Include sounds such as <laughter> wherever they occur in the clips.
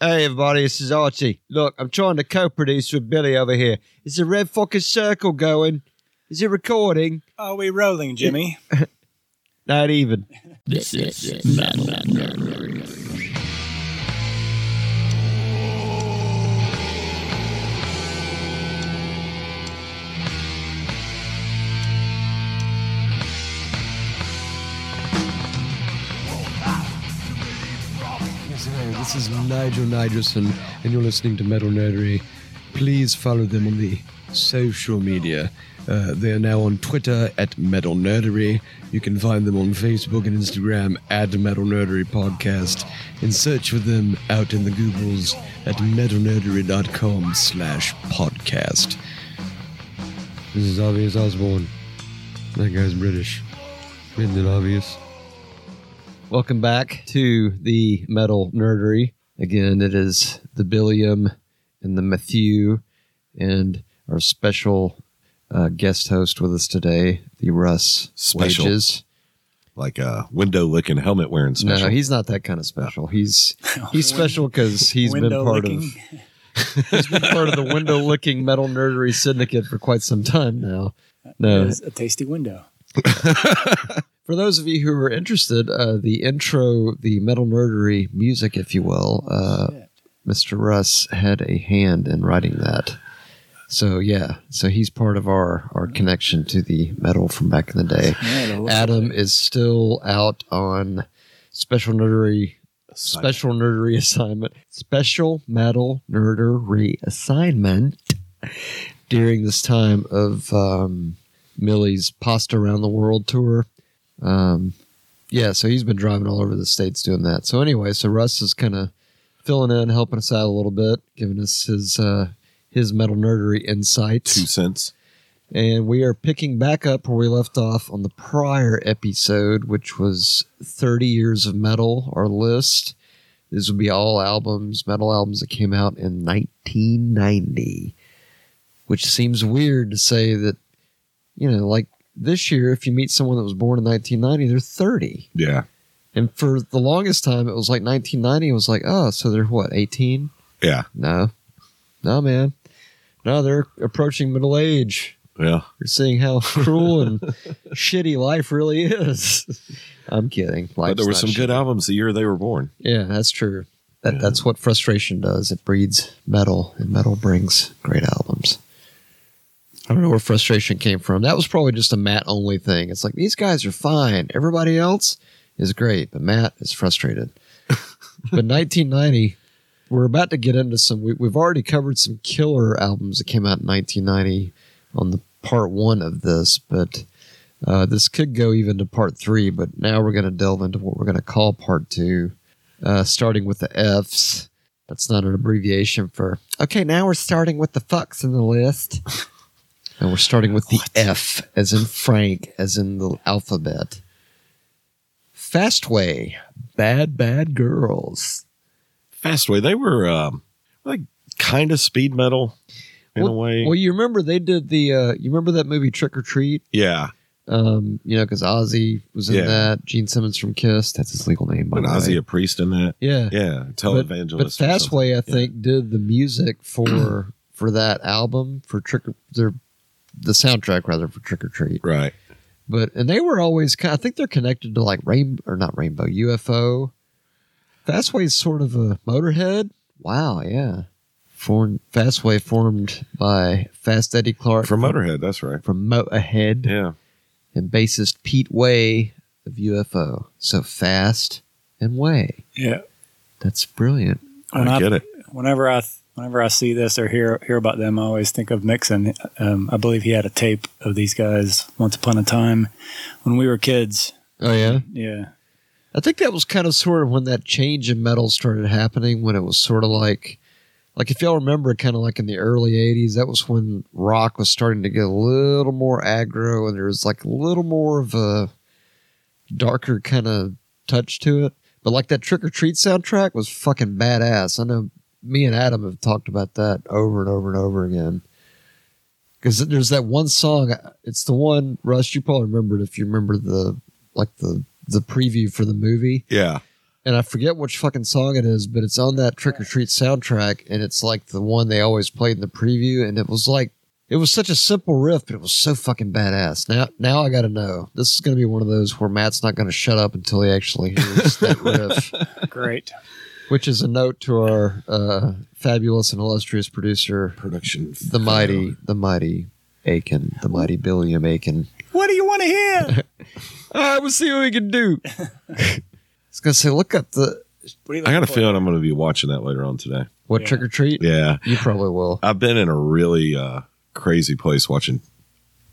Hey everybody, this is Archie. Look, I'm trying to co-produce with Billy over here. Is the red fucking circle going? Is it recording? Are we rolling, Jimmy? Not even. This is Metal Nerds. Hello, this is Nigel Nigelson, and you're listening to Metal Nerdery. Please follow them on the social media. Uh, they are now on Twitter at Metal Nerdery. You can find them on Facebook and Instagram at Metal Nerdery Podcast, and search for them out in the Googles at metalnerdery.com slash podcast. This is Obvious Osborne. That guy's British. Isn't it obvious? Welcome back to the metal nerdery. Again, it is the Billiam and the Matthew and our special uh, guest host with us today, the Russ Special. Wages. like a window licking, helmet wearing special. No, he's not that kind of special. He's he's special because he's been Window part licking. of he's been part of the window licking metal nerdery syndicate for quite some time now. No, There's a tasty window. for those of you who are interested, uh, the intro, the metal nerdery music, if you will, uh, Shit. Mr. Russ had a hand in writing that. So yeah, so he's part of our our connection to the metal from back in the day. Yeah, the lo- Adam is still out on special nerdery special nerdery assignment special metal nerdery assignment during this time of um, Millie's pasta around the world tour. Um, yeah, so he's been driving all over the states doing that. So anyway, so Russ is kind of filling in, helping us out a little bit, giving us his uh, his metal nerdery insights two cents. and we are picking back up where we left off on the prior episode, which was 30 years of metal, our list. This would be all albums, metal albums that came out in 1990, which seems weird to say that, you know, like this year, if you meet someone that was born in 1990, they're 30. Yeah, And for the longest time, it was like 1990 was like, oh, so they're what, 18? yeah, No. No, man. No, they're approaching middle age. yeah. You're seeing how <laughs> cruel <laughs> and shitty life really is. <laughs> I'm kidding. but there were Life's some not good shitty. albums the year they were born. Yeah, that's true. That, That's what frustration does. It breeds metal, and metal brings great albums. I don't know where frustration came from. That was probably just a Matt only thing. It's like these guys are fine. Everybody else is great, but Matt is frustrated. but 1990, we're about to get into some. We, we've already covered some killer albums that came out in 1990 on the part one of this, but uh, this could go even to part three. But now we're going to delve into what we're going to call part two, uh, starting with the F's. That's not an abbreviation for okay. Now we're starting with the fucks in the list, and we're starting with the F, as in Frank, as in the alphabet. Fastway, bad bad girls. Fastway. They were um, like kind of speed metal in well, a way. Well, you remember they did the uh, you remember that movie Trick or Treat? yeah, Um, you know, because Ozzy was in Yeah. that. Gene Simmons from Kiss. That's his legal name, by but the way. Ozzy a priest in that. yeah. Yeah, But, televangelist. but or something. Fastway, I think, did the music for <clears throat> for that album for Trick or their the soundtrack rather for Trick or Treat. Right. But and they were always kind. I think they're connected to like rain or not rainbow UFO. Fastway's sort of a Motorhead. Wow, yeah. Formed Fastway formed by Fast Eddie Clark From Motorhead. That's right. from Motorhead Yeah. and bassist Pete Way of UFO. So fast and way. Yeah. That's brilliant. When I I, get it. whenever I whenever I see this or hear hear about them, I always think of Nixon. Um, I believe he had a tape of these guys once upon a time when we were kids. Oh yeah. Yeah. I think that was kind of sort of when that change in metal started happening when it was sort of like like if y'all remember kind of like in the early 80s that was when rock was starting to get a little more aggro and there was like a little more of a darker kind of touch to it. But like that Trick or Treat soundtrack was fucking badass. I know me and Adam have talked about that over and over and over again. Cuz there's that one song it's the one Russ you probably remember it if you remember the like the the preview for the movie Yeah. and I forget which fucking song it is, but it's on that Trick or Treat soundtrack, and it's like the one they always played in the preview, and it was like it was such a simple riff, but it was so fucking badass. Now, now I gotta know. This is gonna be one of those where Matt's not gonna shut up until he actually <laughs> hears that riff, <laughs> Great. which is a note to our uh, fabulous and illustrious producer, Production. the mighty, the mighty Aiken, the mighty Billiam Aiken. What do you want to hear? I will see what we can do. <laughs> I was gonna say, look up the What do you I got a looking for? feeling I'm going to be watching that later on today. what Yeah. trick or treat. Yeah. You probably will. I've been in a really uh, crazy place watching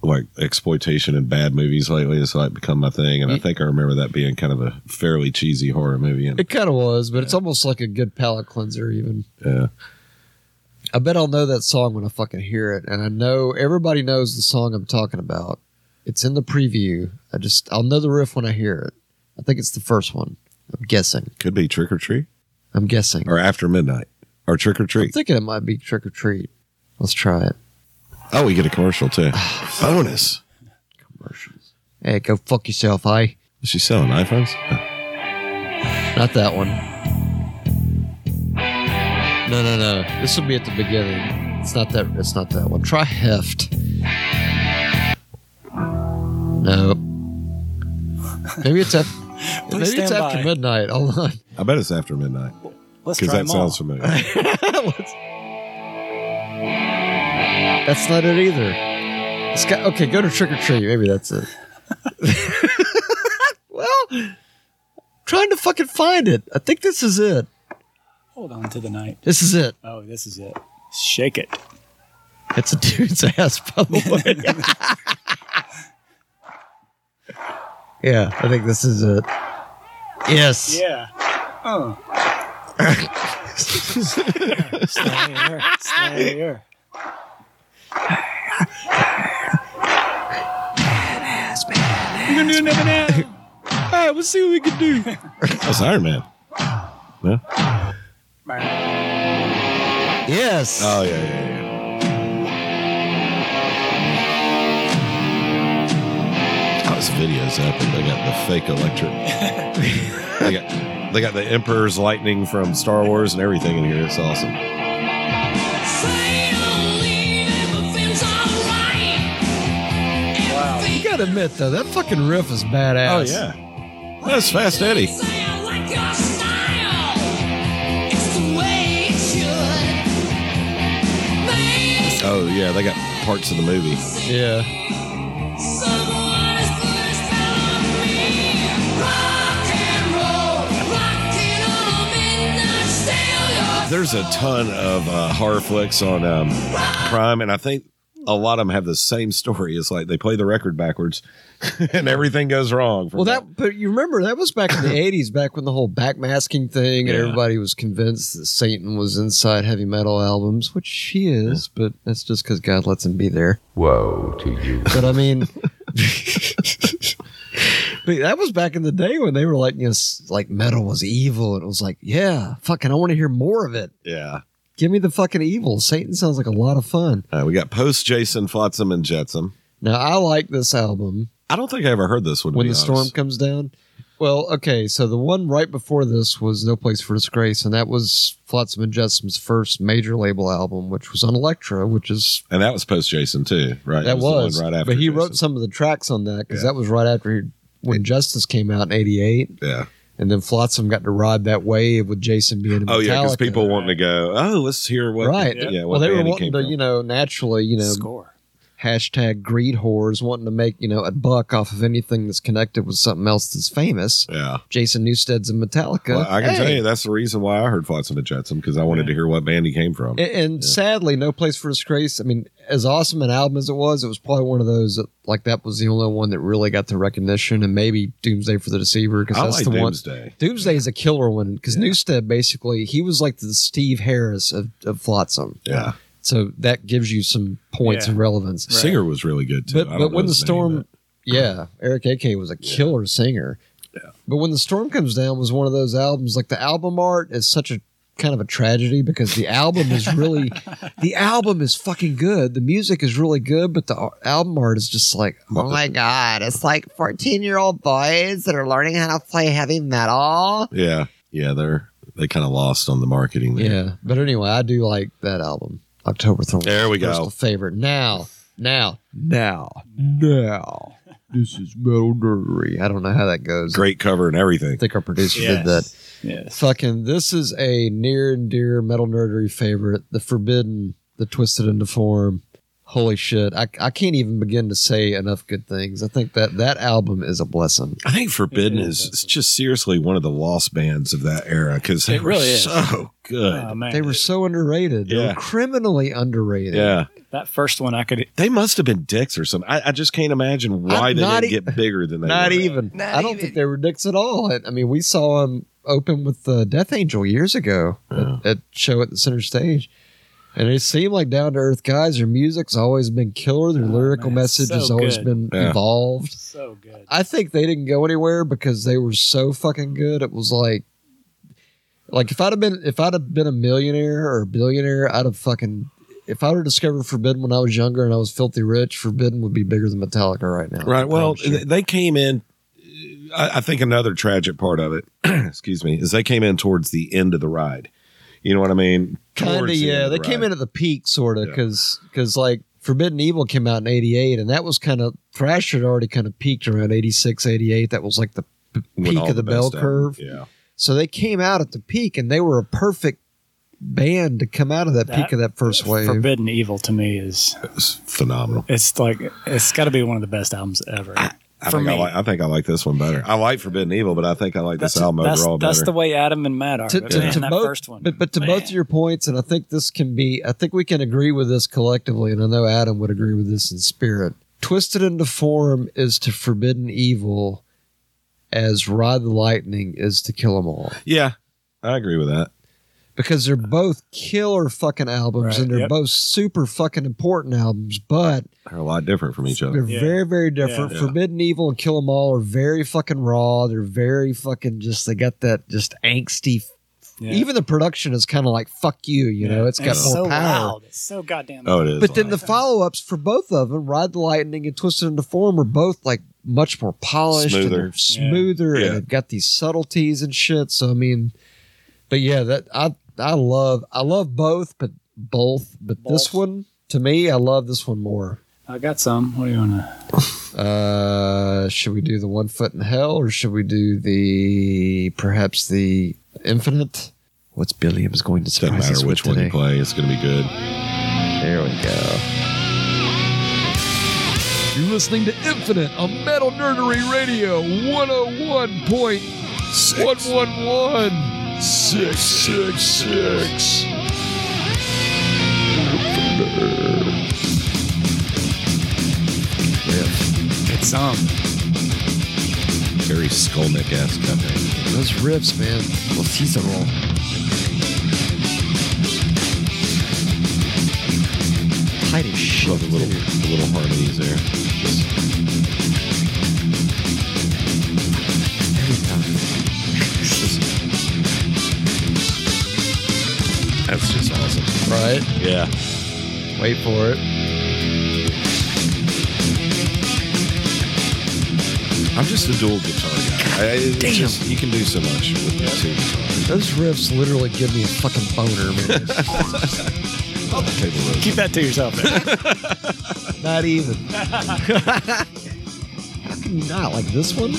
like exploitation and bad movies lately. It's like become my thing. And I Ye- think I remember that being kind of a fairly cheesy horror movie. And, It kind of was, but it's almost like a good palate cleanser. Even yeah. I bet I'll know that song when I fucking hear it, and I know everybody knows the song I'm talking about. It's in the preview. I just I'll know the riff when I hear it. I think it's the first one. I'm guessing. Could be Trick or Treat I'm guessing. or After Midnight or Trick or I'm Treat. thinking it might be trick or treat. Let's try it. Oh, we get a <sighs> commercial too. Bonus. Commercials. Hey, go fuck yourself, I. Is she selling iPhones? Not that one. No, no, no. This will be at the beginning. It's not that. It's not that one. Try heft. No. Maybe it's after. <laughs> Please maybe it's stand after by. midnight. Hold <laughs> on. I bet it's After Midnight Let's because try that them all. sounds familiar. Let's- That's not it either. It's got, okay, go to trick or treat. Maybe that's <laughs> it. well, trying to fucking find it. I think this is it. Hold on to the night. This is it. Oh, this is it. Shake it. It's a dude's <laughs> ass, by the way. yeah, I think this is it. Yes. Yeah. Oh. Slide here. Slide here. Badass, badass. You can do another now. All right, we'll see what we can do. That's Iron Man. <laughs> No? yes. Oh yeah, yeah, yeah. Oh, this video's epic. They got the fake electric. <laughs> they got they got the Emperor's lightning from Star Wars and everything in here. It's awesome. you gotta admit though, that fucking riff is badass. Oh, that's Fast Eddie. Oh yeah, they got parts of the movie. Yeah. There's a ton of uh, horror flicks on um, Prime, and I think a lot of them have the same story. It's like they play the record backwards, <laughs> and everything goes wrong. from Well, that but you remember that was back in <coughs> the '80s, back when the whole backmasking thing and Yeah. everybody was convinced that Satan was inside heavy metal albums, which he is, but that's just because God lets him be there. Woe to you. <laughs> But I <laughs> mean, but that was back in the day when they were like, you know, s- like metal was evil. And it was like, yeah, fucking, I want to hear more of it. Yeah. Give me the fucking evil. Satan sounds like a lot of fun. Uh, we got post Jason Flotsam and Jetsam. Now, I like this album, I don't think I ever heard this one. to When be the Storm honest. Comes Down. Well, okay, so the one right before this was No Place for Disgrace, and that was Flotsam and Jetsam's first major label album, which was on Elektra, which is and that was post Jason too, right? That It the was, one right after. But he wrote Jason. some of the tracks on that because Yeah. that was right after he, when Justice came out in '88, Yeah. and then Flotsam got to ride that wave with Jason being. in Oh yeah, because Metallica. people wanting to go. Oh, let's hear what. right? Yeah. well, what they were band he wanting came to, from. you know, naturally, you know, Score. hashtag greed whores, wanting to make you know a buck off of anything that's connected with something else that's famous. Yeah. Jason Newsted's in Metallica. Well, I can Hey! tell you that's the reason why I heard Flotsam and Jetsam because I wanted to hear what band he came And, from. and sadly, No Place for Disgrace. I mean, as awesome an album as it was, it was probably one of those that, like that was the only one that really got the recognition, and maybe Doomsday for the Deceiver because I that's like the one. Doomsday. Doomsday is a killer one because Newstead basically he was like the Steve Harris of, of Flotsam. Yeah. So that gives you some points Yeah. of relevance. Singer was really good too. But I don't but know when the his name, storm, yeah, Eric A.K. was a killer singer. Yeah. But when the storm comes down was one of those albums. Like the album art is such a kind of a tragedy because the album is <laughs> really the album is fucking good. The music is really good, but the ar- album art is just like What oh the- my god, it's like fourteen year old boys that are learning how to play heavy metal. but- yeah. yeah, they're they kind of lost on the marketing. There. Yeah, but anyway, I do like that album, October Thorn. There we go. Personal Favorite now, now, now, now. This is metal nerdery. I don't know how that goes. great cover and everything. I think our producer did that. Yes. Yes. Fucking, this is a near and dear metal nerdery favorite. The forbidden, the twisted into form. Holy shit! I, I can't even begin to say enough good things. I think that that album is a blessing. I think Forbidden It is, is, just seriously one of the lost bands of that era because they It really were is. so good. Oh, man. They were so underrated. They Yeah. were criminally underrated. yeah, that first one I could they must have been dicks or something. I, I just can't imagine why they not didn't e- get bigger than <laughs> they. Not were. even. I don't think they were dicks at all. I, I mean, we saw them open with uh, Death Angel years ago Yeah. at, at show at the center stage, and it seemed like down to earth guys. Their music's always been killer. Their Oh, lyrical man, message so has always good. been Yeah. evolved. so good. I think they didn't go anywhere because they were so fucking good. It was like, like if I'd have been if I'd have been a millionaire or a billionaire, I'd have fucking. If I would have discovered Forbidden when I was younger and I was filthy rich, Forbidden would be bigger than Metallica right now. Right. Well, I'm sure. they came in. I, I think another tragic part of it, <clears throat> excuse me, is they came in towards the end of the ride. You know what I mean? kind Towards of the end yeah of they the came ride. in at the peak sort of Yeah. because like forbidden evil came out in 88 and that was kind of thrash had already kind of peaked around 86 88 that was like the p- When peak all of the, bell best of 'em- curve Yeah. so they came out at the peak and they were a perfect band to come out of that, That- peak of that first wave Forbidden Evil to me is It's phenomenal. it's like it's got to be one of the best albums ever. I For think I, me. like, I think I like this one better. I like Forbidden Evil, but I think I like this album that's, overall that's better. the way Adam and Matt are. to, but to- man, to that both, first one, But, but to both man. of your points, and I think this can be, I think we can agree with this collectively, and I know Adam would agree with this in spirit. Twisted into form is to forbidden evil as Rod the Lightning is to kill 'em all. yeah, I agree with that. Because they're both killer fucking albums Uh. Right, and they're yep. both super fucking important albums, but They're a lot different from each other. they're Yeah. very, very different. Yeah. Forbidden Evil and Kill 'Em All are very fucking raw. They're very fucking just, they got that just angsty. Yeah. Even the production is kind of like "fuck you," you know. Yeah. It's got It's more so power. Loud. It's so goddamn. Oh, it is. But then loud. the follow ups for both of them, Ride the Lightning and Twisted into Form, are both like much more polished Smoother. and they're smoother, Yeah. and they've got these subtleties and shit. So I mean, but yeah, that I I love I love both, but both, but this Both. one to me, I love this one more. I got some. What do you want to? Uh, should we do the One Foot in Hell, or should we do the perhaps the Infinite? What's Billiam's going to doesn't surprise us matter with which one today? you play, it's going to be good. There we go. You're listening to Infinite on Metal Nerdery Radio 101.111. Six, six, six. It's some. Very Skolnick esque company. Those riffs, man. Well, she's a roll. Tight as shit. Love the little the little harmonies there. Just- Every time. that's just awesome. Right? Yeah. Wait for it. I'm just a dual guitar guy. I, it's just- you can do so much with the two guitars. Those riffs literally give me a fucking boner, <laughs> man. Table road. Keep that to yourself. <laughs> man. not even. <laughs> How can you not like this one?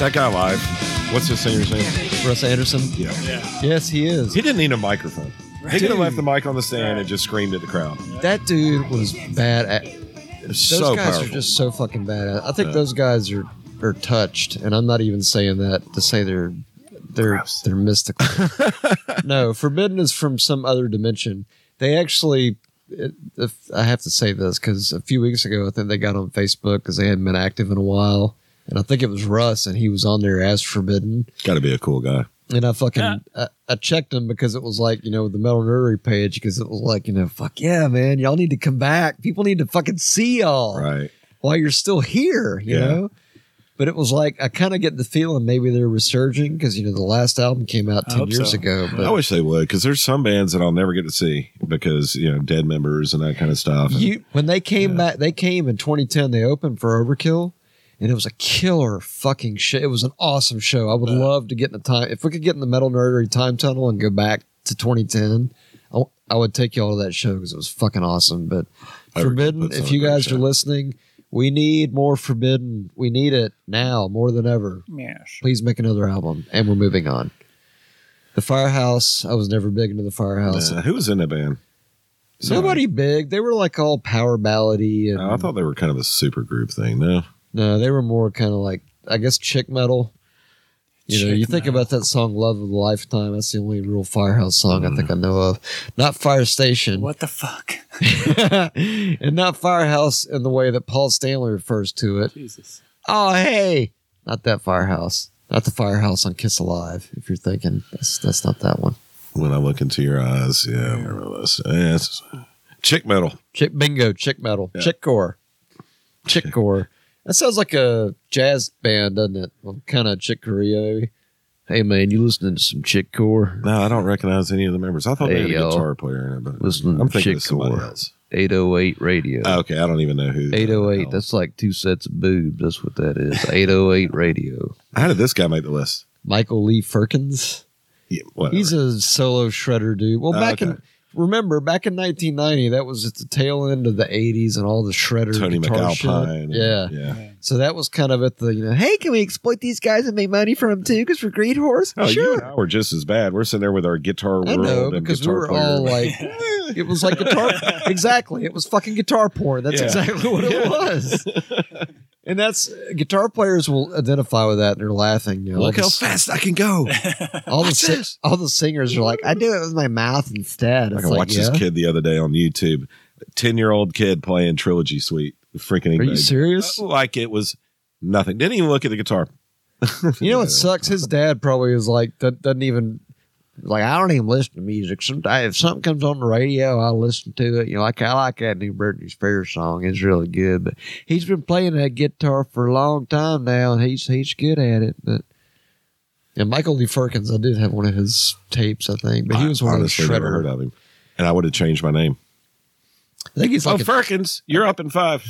That guy live. What's his singer's name? Russ Anderson? Yeah. Yes, he is. He didn't need a microphone. He could have left the mic on the stand and just screamed at the crowd. That dude was bad at. It's Those so guys powerful. are just so fucking badass. I think those guys are are touched, and I'm not even saying that to say they're they're they're <laughs> mystical. no, Forbidden is from some other dimension. They actually, it, if, I have to say this because a few weeks ago, I think they got on Facebook because they hadn't been active in a while, and I think it was Russ, and he was on there as Forbidden. Got to be a cool guy. And I fucking Yeah. I, I checked them because it was like you know the metal nerdery page because it was like you know fuck yeah man y'all need to come back people need to fucking see y'all Right. while you're still here, you Yeah. know? But it was like I kind of get the feeling maybe they're resurging because you know the last album came out I ten hope years so. ago. But I wish they would because there's some bands that I'll never get to see because, you know, dead members and that kind of stuff. And- you when they came Yeah. back, they came in 2010. They opened for Overkill, and it was a killer fucking shit. It was an awesome show. I would Yeah. love to get in the time if we could get in the metal nerdery time tunnel and go back to 2010. I, w- I would take you all to that show because it was fucking awesome. But Overkill Forbidden, puts on if a you great guys show. are listening, we need more Forbidden. We need it now more than ever. Yes. please make another album and we're moving on the firehouse i was never big into the firehouse Uh, who was in that band? nobody big they were like all power ballady and Oh, I thought they were kind of a super group thing. No. no they were more kind of like i guess chick metal you know Chick you think metal. about that song love of a lifetime that's the only real firehouse song i think Mm. i know of not fire station <laughs> What the fuck? and not firehouse in the way that paul stanley refers to it Jesus. oh hey not that firehouse not the firehouse on kiss alive if you're thinking that's that's not that one When I look into your eyes, yeah, I remember this. Yeah, it's- uh, chick metal. Chick bingo, chick metal, Yeah. chick gore, chick gore. That sounds like a jazz band, doesn't it? Well, kind of chick Corea. Hey man, you listening to some chick gore? No, I don't recognize any of the members. I thought Hey, they had a y'all. guitar player in it, but Listen to I'm thinking of Chick somebody Gore. else. 808 radio. Oh, okay, I don't even know who. 808. That's like two sets of boobs. That's what that is. 808 radio. how did this guy make the list? Michael Lee Firkins. Yeah, whatever. He's a solo shredder dude. Well, Oh, back okay. in remember back in 1990, that was at the tail end of the 80s and all the shredder Tony guitar McAlpine. shit. and- Yeah. yeah. So that was kind of at the, you know, hey, can we exploit these guys and make money from them too? Because we're greed horse? Oh, you and sure. I were just as bad. We're sitting there with our guitar world I know, and because we guitar were player. all like, <laughs> it was like guitar. exactly. It was fucking guitar porn. That's <laughs> Yeah. exactly what it was. and that's, guitar players will identify with that and they're laughing. You know, look all how the- fast I <laughs> can go. all, the si- all the singers are like, I do it with my mouth instead. Like It's I like, watched yeah. this kid the other day on YouTube, ten year old kid playing Trilogy Suite. Freaking Are you amazing. Uh, serious? Like it was nothing. Didn't even look at the guitar. <laughs> You know what sucks? His dad probably is like do- doesn't even like I don't even listen to music. Sometimes if something comes on the radio, I listen to it. You know, like I like that new Britney Spears song; it's really good. But he's been playing that guitar for a long time now, and he's he's good at it. But and Michael D. Firkins, I did have one of his tapes, I think, but he was I one of the honestly never heard shredder. of him, and I would have changed my name. I think he's oh, like a- Firkins, you're up in five.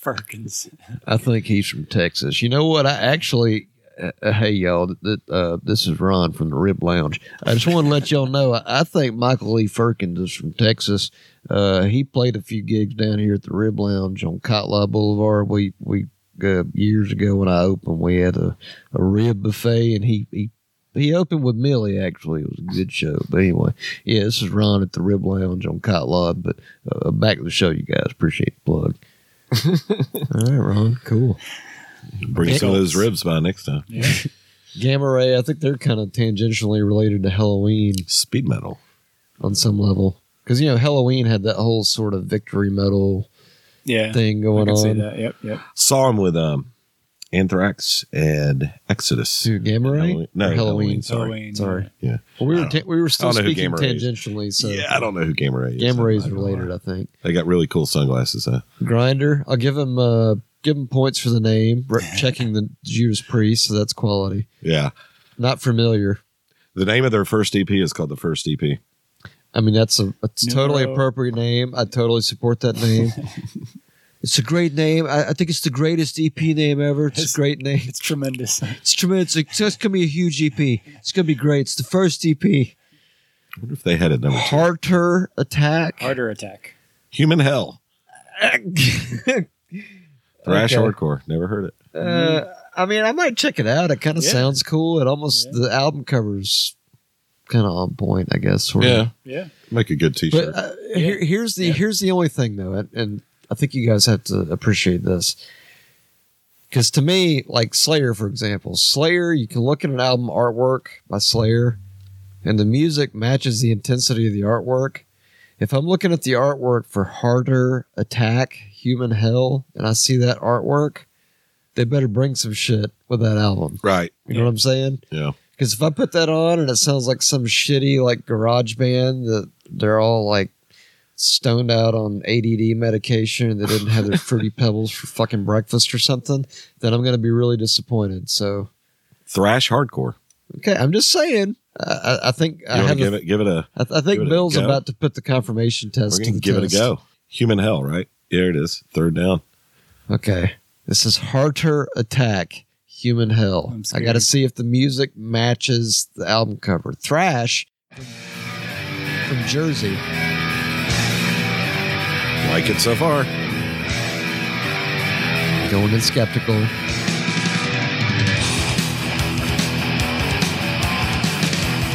Firkins. I think he's from Texas. You know what? I actually, uh, uh, hey y'all, th- th- uh, this is Ron from the Rib Lounge. I just want to let y'all know. I, I think Michael Lee Firkins is from Texas. Uh, he played a few gigs down here at the Rib Lounge on Kotla Boulevard. We we uh, years ago when I opened, we had a, a rib buffet, and he he. He opened with Millie. Actually, it was a good show. But anyway, yeah, this is Ron at the Rib Lounge on Cotlod. But uh, back to the show, you guys. Appreciate the plug. All right, Ron. Cool. Bring some of those ribs by next time. Gamma Ray, I think they're kind of tangentially related to Halloween Speed metal. on some level. Because, you know, Halloween had that whole sort of victory medal Yeah. thing I going can see on. that. Yep. Yep. Saw him with um, Anthrax and Exodus. To Gamma Ray? Halloween- no, Or Halloween. So Sorry. Wayne, Sorry. Yeah. Well, we, I were don't- ta- we were still I don't know who speaking Gamma Ray is. tangentially, so yeah, I don't know who Gamma Ray is. Gamma Ray's I'm not gonna related, lie. I think. They got really cool sunglasses. Huh? Grinder, I'll give him, uh, give him points for the name. Re- checking the Judas Priest, so that's quality. Yeah. Not familiar. The name of their first EP is called the First E EP. I mean, that's a, a totally Numero- appropriate name. I totally support that <laughs> name. it's a great name. I, I think it's the greatest EP name ever. It's, It's- a great name. <laughs> It's tremendous. It's tremendous. It's just gonna be a huge EP. It's gonna be great. It's the first EP. I wonder if they had it number <gasps> two. Harter Attack. Harder attack. Human Hell. Thrash Okay. Hardcore. Never heard it. <laughs> uh, I mean, I might check it out. It kind of Yeah. sounds cool. It almost Yeah. the album covers kind of on point, I guess. sort of. Yeah. Make a good t shirt. But uh, here, here's the Yeah. here's the only thing though, and, and I think you guys have to appreciate this. Because to me, like Slayer, for example, Slayer, you can look at an album artwork by Slayer, and the music matches the intensity of the artwork. If I'm looking at the artwork for Harder Attack, Human Hell, and I see that artwork, they better bring some shit with that album. Right. You know what I'm saying? Yeah. Because if I put that on and it sounds like some shitty like garage band that they're all like stoned out on ADD medication and they didn't have their <laughs> fruity pebbles for fucking breakfast or something, then I'm gonna be really disappointed. So Thrash hardcore. okay, I'm just saying. I, I- I think I You want to have. give A, it? Give it a. I, I give it think a Bill's go? about to put the confirmation test We're to gonna the give test. it a go. Human hell, right? There it is. Third down. Okay. This is Harter Attack, Human Hell. I'm I scared. got to see if the music matches the album cover. Thrash from Jersey. Like it so far. Going in skeptical.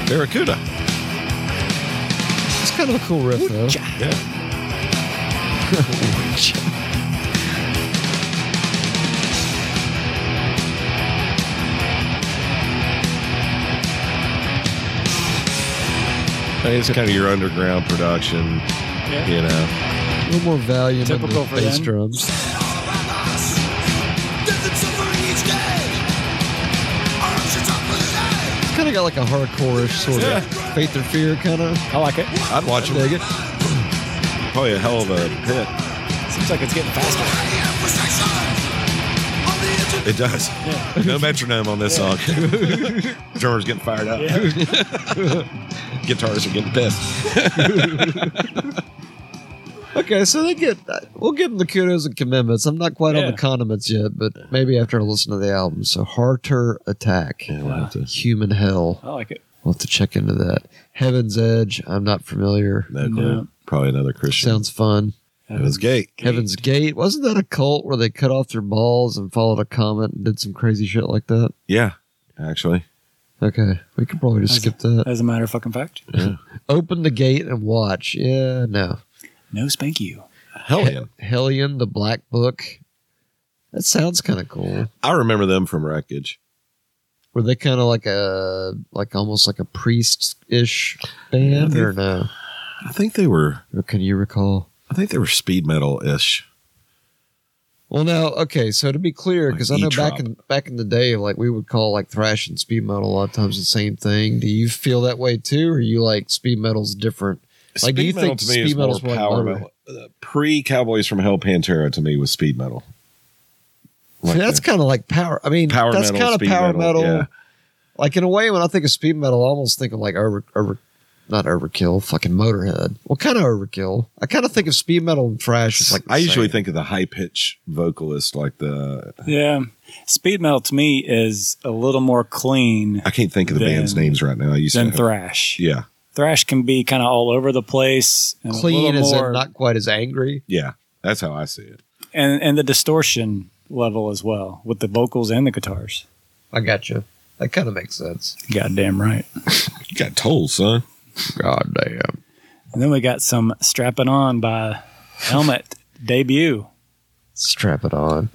Barracuda. It's kind of a cool riff, though. Yeah. <laughs> I mean, it's kind of your underground production, you know. A little more volume in Typical the for bass them. drums. It's kind of got like a hardcore ish sort Yeah. of faith or fear kind of. I like it. I'd watch them. Dig it. Probably a hell of a hit. Seems like it's getting faster. It does. No metronome on this song. <laughs> Drummer's getting fired up. <laughs> Guitarists are getting pissed. Okay, so they get. uh, We'll give them the kudos and commitments. I'm not quite on Yeah. the condiments yet, but maybe after I listen to the album. So, Harter Attack, Human Hell. I like it. We'll have to check into that. Heaven's Edge, I'm not familiar. No clue. No. Probably another Christian. Sounds fun. Heaven's Gate. Heaven's Gate. Wasn't that a cult where they cut off their balls and followed a comet and did some crazy shit like that? Yeah, actually. Okay, we could probably just As- skip that. As a matter of fucking fact, Open the gate and watch. Yeah, no. no spank you. Hell yeah. Hellion, the Black Book. That sounds kind of cool. I remember them from Wreckage. Were they kind of like a, like almost like a priest ish band or no? I think they were. Or can you recall? I think they were speed metal ish. Well, now, okay. So to be clear, because I know back in back in the day, like we would call like thrash and speed metal a lot of times the same thing. Do you feel that way too, or you like speed metal's different? Like, do you think speed metal's more louder? Pre Cowboys Uh, from Hell Pantera to me was speed metal. See, that's kind of like power. I mean, Power that's metal, kind of speed power metal. metal, yeah. Like in a way, when I think of speed metal, I almost think of like over, over, not overkill, fucking Motorhead. Well, kind of overkill. I kind of think of speed metal and thrash as like. the I usually same. think of the high pitch vocalist, like the Yeah. Speed metal to me is a little more clean I can't think of the Than- band's names right now. I used than to have, thrash. yeah, Thrash can be kind of all over the place. And clean a is little more, not quite as angry. yeah. That's how I see it. and and the distortion level as well with the vocals and the guitars. I got you. That kind of makes sense. Goddamn right. You got told, son. God damn. And then we got some strapping on by Helmet debut. Strap it on.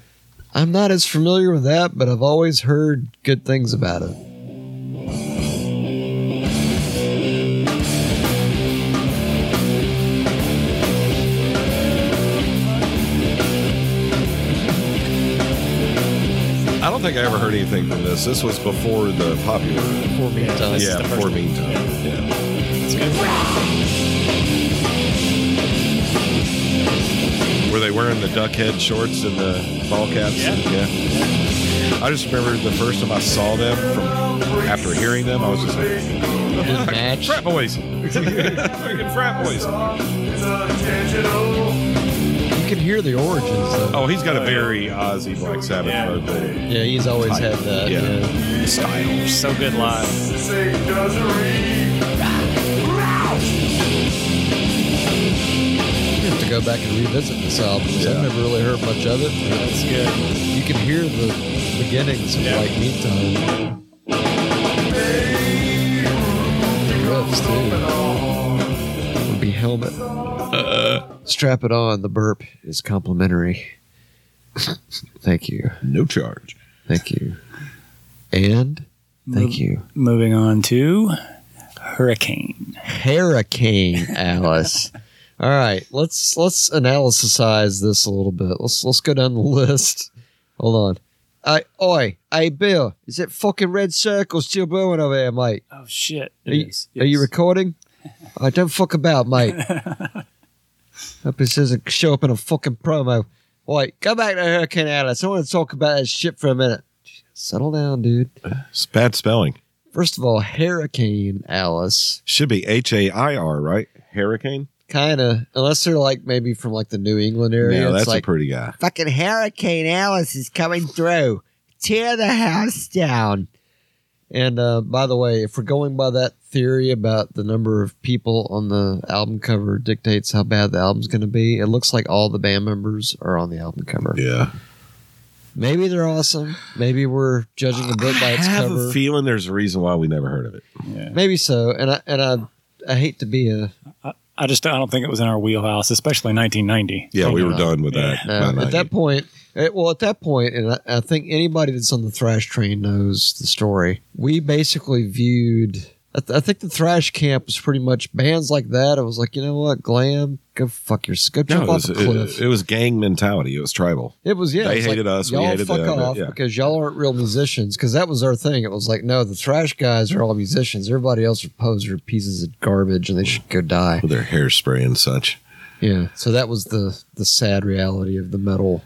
I'm not as familiar with that, but I've always heard good things about it. I don't think I ever heard anything from this. This was before the popular. Before me does. yeah, before meantime. Yeah. Were they wearing the duck head shorts and the ball caps? Yeah. I just remember the first time I saw them from after hearing them, I was just like, Didn't match. frat boys. <laughs> Freaking frat boys. You can hear the origins. Though. Oh, he's got a very Ozzy Black Sabbath vocal Yeah, he's always had that. Yeah. Yeah. style. So good live. You have to go back and revisit this album. 'cause Yeah. I've never really heard much of it. but That's good. You can hear the beginnings of like meantime. Riffs too. Would be helmet. Uh-uh. Strap it on. The burp is complimentary. Thank you. No charge. Thank you. And thank you. Moving on to Hurricane. Hurricane Alice. <laughs> All right, let's let's analysize this a little bit. Let's let's go down the list. Hold on. Hey, oi, hey, Bill, is that fucking red circle still blowing over there, mate? Oh shit! Are you, are you recording? I don't fuck about, mate. Hope this doesn't show up in a fucking promo. Wait, go back to Hurricane Alice. I want to talk about that shit for a minute. Settle down, dude. It's bad spelling. First of all, Hurricane Alice, Should be H A I R, right? Hurricane? kind of, unless they're like maybe from like the New England area. no, it's that's like, a pretty guy. Fucking Hurricane Alice is coming through. Tear the house down. And uh, by the way, if we're going by that theory about the number of people on the album cover dictates how bad the album's going to be, it looks like all the band members are on the album cover. Yeah. Maybe they're awesome. Maybe we're judging a book by its I have cover. a feeling there's a reason why we never heard of it. Yeah. Maybe so. And I and I, I hate to be a I just I don't think it was in our wheelhouse, especially 1990. Yeah, Don't we get were up. done with that. No, by at 90. that point, eh, well, at that point, and I, I think anybody that's on the thrash train knows the story. We basically viewed. I, th- I think the thrash camp was pretty much bands like that. I was like, you know what, glam, go fuck your, go no, jump it off was, a cliff. it, it was gang mentality. It was tribal. It was yeah. They it was like, hated us, we Y'all hated fuck them, off yeah. because y'all aren't real musicians. Because that was our thing. It was like, no, the thrash guys are all musicians. Everybody else are poser pieces of garbage, and they should go die. With their hairspray and such. Yeah. So that was the the sad reality of the metal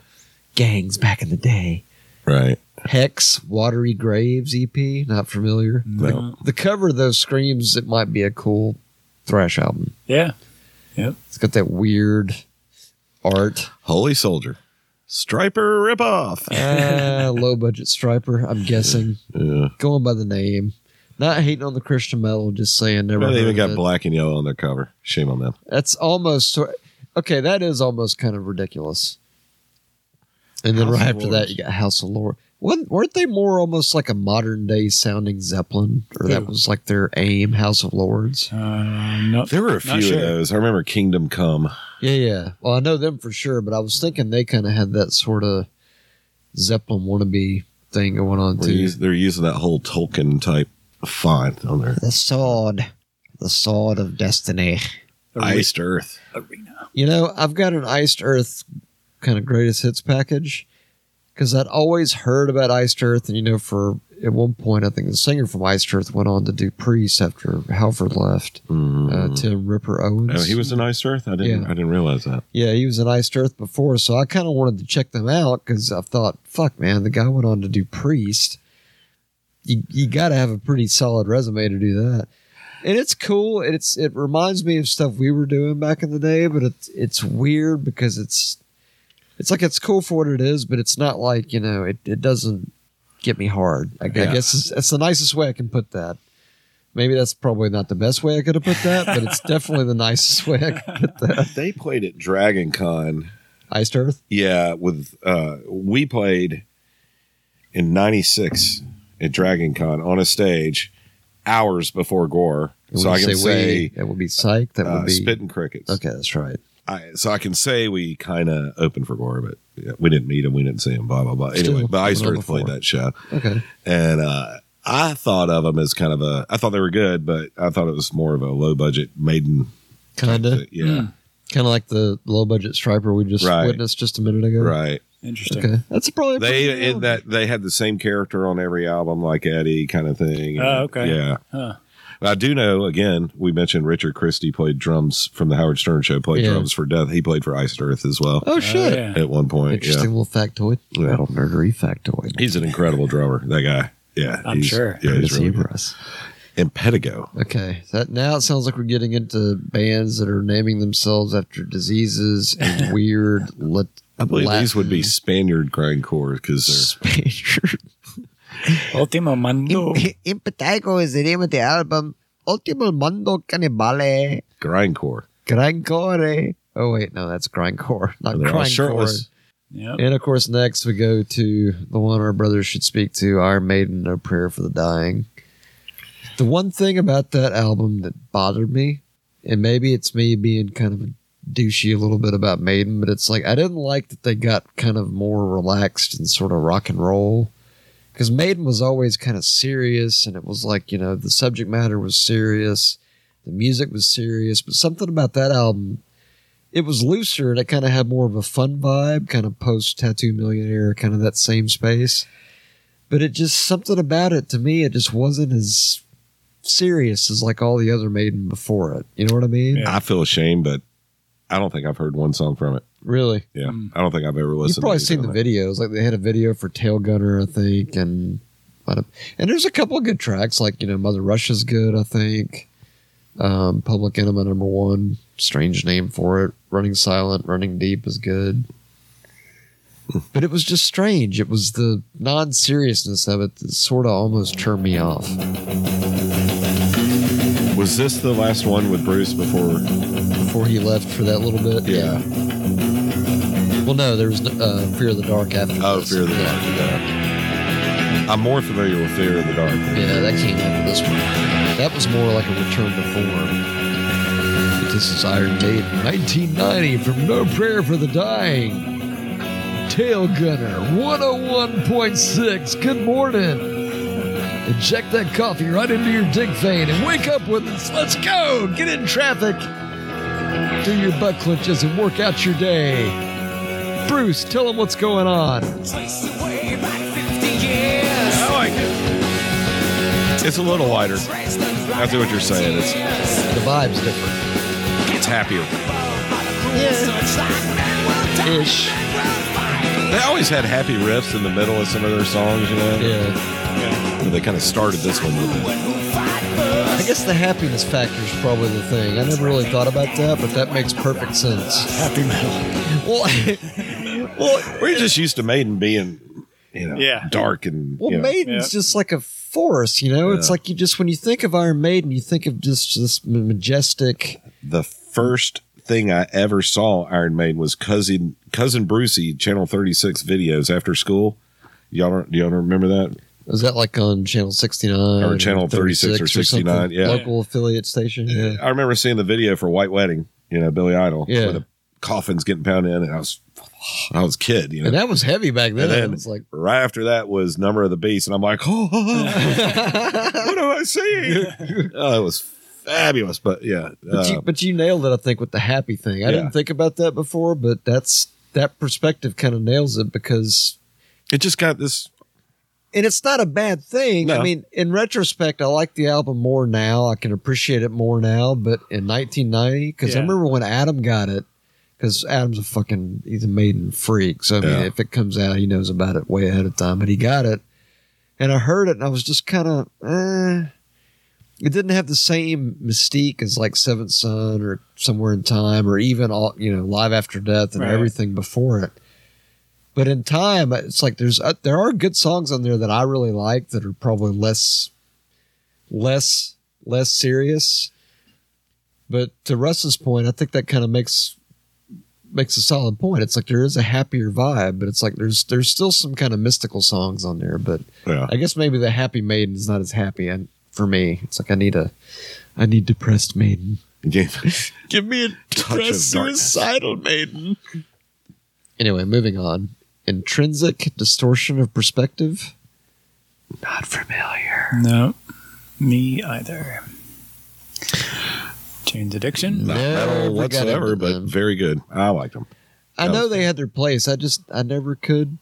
gangs back in the day. Right. Hex Watery Graves EP. Not familiar. No. The cover though screams it might be a cool thrash album. Yeah. It's got that weird <laughs> art. Holy soldier. Striper ripoff. Uh, low budget striper. I'm guessing. Yeah. going by the name. Not hating on the Christian metal, just saying never. They heard even of got it. black and yellow on their cover. Shame on them. That's almost sor- okay. That is almost kind of ridiculous. And then House right of after that, Lords. you got House of Lord. Weren't, weren't they more almost like a modern day sounding Zeppelin, or that Who? was like their aim, House of Lords? Uh, no, There were a Not few sure. of those. I remember Kingdom Come. Yeah, yeah. Well, I know them for sure, but I was thinking they kind of had that sort of Zeppelin wannabe thing going on They're, too. us- they're using that whole Tolkien type font on their The sword, the sword of destiny. iced earth. You know, I've got an Iced Earth kind of greatest hits package because I'd always heard about Iced Earth, and you know, for at one point, I think the singer from Iced Earth went on to do Priest after Halford left. Uh, Mm. Tim Ripper Owens. oh, he was an iced earth. I didn't. Yeah. I didn't realize that. yeah, he was in Iced Earth before, so I kind of wanted to check them out because I thought, fuck, man, the guy went on to do Priest. You, you got to have a pretty solid resume to do that. And it's cool. and It's it reminds me of stuff we were doing back in the day, but it's it's weird because it's it's like it's cool for what it is, but it's not like you know it, it doesn't get me hard. I, Yeah. I guess it's, that's the nicest way I can put that. Maybe that's probably not the best way I could have put that, but it's definitely the nicest way I could put that. Uh, They played at Dragon Con. Iced Earth. Yeah, with uh, we played in '96 at Dragon Con on a stage hours before Gore, And so when I you can we, say, that would be psych. That uh, would be spitting crickets. Okay, that's right. I, so I can say we kind of opened for Gore, but yeah, we didn't meet him. We didn't see him. Blah blah blah. Still, Anyway, but Iced we've done Earth played before. that show. Okay, and uh, I thought of them as kind of a. I thought they were good, but I thought it was more of a low budget Maiden. kind of, thing. Yeah, kind of like the low budget striper we just Right. witnessed just a minute ago. right. Interesting. Okay, that's probably a pretty good They in one. that they had the same character on every album, like Eddie, kind of thing. Oh, okay. Yeah, Huh. But I do know. Again, we mentioned Richard Christie played drums from the Howard Stern show. Played Yeah. drums for Death. He played for Iced Earth as well Oh shit! yeah. at one point. Interesting little factoid. Yeah. Metal nerdery factoid. Yeah, he's an incredible drummer. That guy. Yeah, I'm he's- sure. Yeah, he's really good. Hubris. And Pedigo. Okay, so that now it sounds like we're getting into bands that are naming themselves after diseases <laughs> and weird. lit- I believe these would be Latin Spaniard grindcore because they're Spanish Ultimo <laughs> Mando. Impetigo is the name of the album. Ultimo Mondo Cannibale. grindcore. Grindcore. Oh wait, no, that's grindcore, <laughs> not And they're all grindcore. shirtless. Yep. And of course, next we go to the one our brothers should speak to: Iron Maiden, No Prayer for the Dying. The one thing about that album that bothered me, and maybe it's me being kind of douchey a little bit about Maiden, but it's like I didn't like that they got kind of more relaxed and sort of rock and roll. Because Maiden was always kind of serious, and it was like, you know, the subject matter was serious, the music was serious, but something about that album it was looser and it kind of had more of a fun vibe, kind of post Tattoo Millionaire, kind of that same space. But it just something about it to me, it just wasn't as serious as like all the other Maiden before it. You know what I mean? Yeah. I feel ashamed, but I don't think I've heard one song from it. Really. Yeah, Mm. I don't think I've ever You've listened. probably to seen the anything videos. Like they had a video for Tail Gunner, I think, and might have- and there's a couple of good tracks. Like you know, Mother Russia's good, I think. Um, Public Enema number one, strange name for it. Running Silent, Running Deep is good. Hmm. But it was just strange. It was the non seriousness of it that sort of almost turned me off. like that. Was this the last one with Bruce before? Before he left for that little bit, Yeah. Well, no, there was uh, Fear of the Dark after. Oh, this. Fear of the Yeah. Dark. Yeah. I'm more familiar with Fear of the Dark. Yeah, that came after this one. That was more like a return to form. But this is Iron Maiden, 1990 from No Prayer for the Dying. Tail Gunner, 101.6. Good morning. Inject that coffee right into your dig vein and wake up with us. Let's go. Get in traffic. Do your butt clinches and work out your day. Bruce, tell them what's going on. Trace the way back 50 years. I like it. It's a little lighter. Trace the I see what you're saying. It's- The years. vibe's different. It's happier. Cruel searchlight, men will die, Ish. men will fight. They always had happy riffs in the middle of some of their songs, you know. Yeah. They kind of started this one with it. Who fight first? I guess the happiness factor is probably the thing. I never really thought about that, but that makes perfect sense. Happy metal. Well, <laughs> well, We're just used to Maiden being, you know, Yeah. dark and well you know, Maiden's Yeah. just like a force, you know. It's Yeah. like you just when you think of Iron Maiden, you think of just this m- majestic. the first thing I ever saw Iron Maiden was cousin cousin Brucey Channel Thirty Six videos after school. Y'all don't, do y'all remember that? Is that like on Channel sixty nine Or Channel 36 or 69, yeah. local affiliate station. Yeah, I remember seeing the video for White Wedding. You know, Billy Idol. Yeah. Where the coffin's getting pounded in, and I was, I was a kid. You know. and that was heavy back then. And then- it's like Right after that was Number of the Beast, and I'm like, oh, <laughs> what am I <laughs> seeing? oh, it was fabulous, but yeah, But, uh, you, but you nailed it, I think, with the happy thing. I Yeah. didn't think about that before, but that's that perspective kind of nails it because, it just got this. and it's not a bad thing. I No. mean, in retrospect, I like the album more now. I can appreciate it more now. But in 1990, because I Yeah. remember when Adam got it, because Adam's a fucking he's a maiden freak. So I mean, Yeah. if it comes out, he knows about it way ahead of time. But he got it, and I heard it, and I was just kind of. Eh. It didn't have the same mystique as like Seventh Son or Somewhere in Time or even all you know Live After Death and Right. everything before it. But in time, it's like there's uh, there are good songs on there that I really like that are probably less, less, less serious. But to Russ's point, I think that kind of makes makes a solid point. It's like there is a happier vibe, but it's like there's there's still some kind of mystical songs on there. But Yeah. <laughs> I guess maybe the happy maiden is not as happy and for me. It's like I need a I need depressed maiden. Give, Give me a depressed suicidal maiden. Anyway, moving on. Intrinsic distortion of perspective. Not familiar. No, me either. Jane's Addiction. not Never metal got whatsoever, into but them. very good. I liked them. I know they had their place. I just I never could.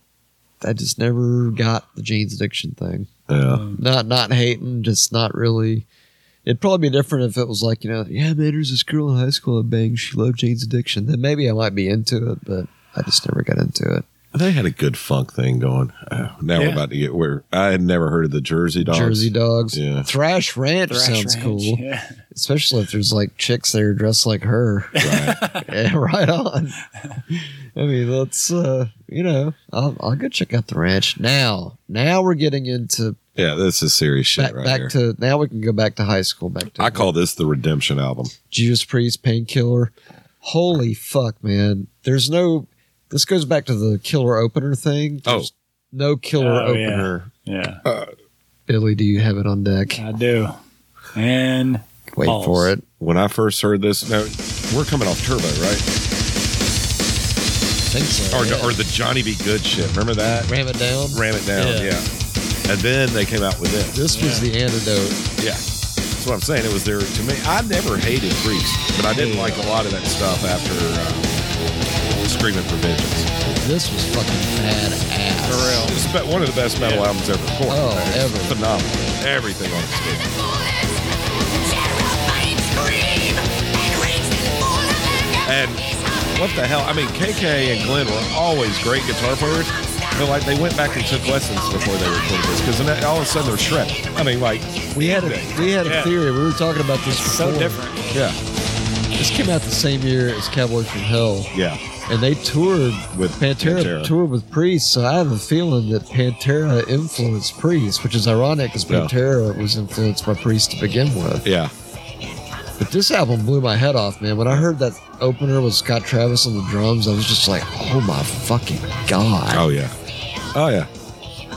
I just never got the Jane's Addiction thing. Yeah. Not not hating, just not really. It'd probably be different if it was like you know, yeah, man, there's this girl in high school that banged. She loved Jane's Addiction. Then maybe I might be into it, but I just never got into it. They had a good funk thing going. Uh, now we're Yeah. about to get where I had never heard of the Jersey Dogs. Jersey Dogs, Yeah. Thrash Ranch Thrash sounds Ranch, cool, yeah. especially if there's like chicks that are dressed like <laughs> her. Right, yeah, right on. I mean, let's uh, you know, I'll, I'll go check out the ranch now. Now we're getting into Yeah, this is serious shit back, right back here. to now we can go back to high school, back to I call this the redemption album. Judas Priest, Painkiller. Holy fuck, man. There's no. This goes back to the killer opener thing. Oh. There's no killer Oh, yeah. opener. Yeah, Billy, do you have it on deck? I do. And Wait balls. for it. When I first heard this, now we're coming off Turbo, right? think so. Or, yeah. or the Johnny B. Good shit. Remember that? Ram it down. Ram it down. Yeah. Yeah. And then they came out with this. This was the antidote. Yeah. That's what I'm saying. It was there to me. I never hated Priest, but I didn't like a lot of that stuff after. Uh, Screaming for Vengeance. This was fucking badass. It's about one of the best metal albums ever recorded. Oh, It's ever. Phenomenal. Everything on this game. And what the hell? I mean, KK and Glenn were always great guitar players, but like they went back and took lessons before they recorded this because all of a sudden they're shredded. I mean, like We had a we had a Yeah. theory. We were talking about this. So before. different. yeah, This came out the same year as Cowboys from Hell, yeah, and they toured With Pantera, Pantera. toured with Priest. So I have a feeling that Pantera influenced Priest, which is ironic because Yeah. Pantera was influenced by Priest to begin with. yeah. But this album blew my head off, man. When I heard that opener with Scott Travis on the drums, I was just like, "Oh my fucking god!" Oh yeah, oh yeah.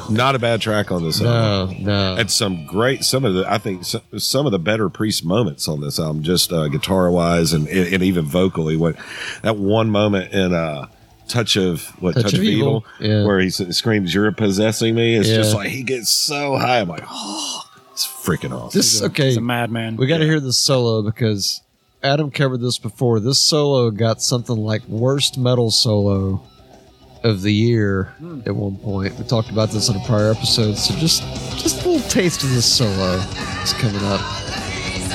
Not a bad track on this album. no, no. had some great some of the i think so- some of the better priest moments on this album just uh, guitar wise and, and and even vocally what that one moment in uh touch of what touch, of, evil, yeah. where he s- screams you're possessing me it's just Yeah. like he gets so high i'm like oh it's freaking awesome this okay. He's a madman. We got to hear this solo because Adam covered this before. This solo got something like worst metal solo of the year at one point. We talked about this in a prior episode, so just just a little taste of this solo is coming up. It's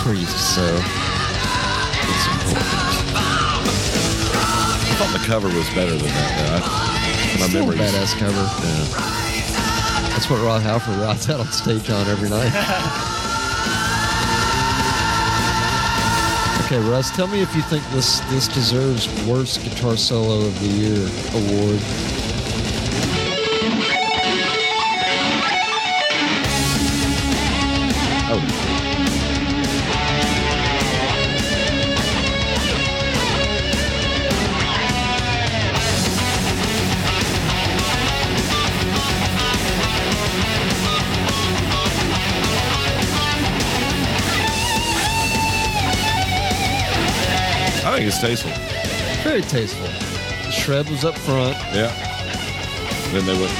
priest, so it's important. i thought the cover was better than that though. I, my Still a memory badass cover. That's what Rod Halford rides out on stage on every night. okay, Russ, tell me if you think this this deserves worst guitar solo of the year award. i think it's tasteful Very tasteful. Shred was up front. yeah then they went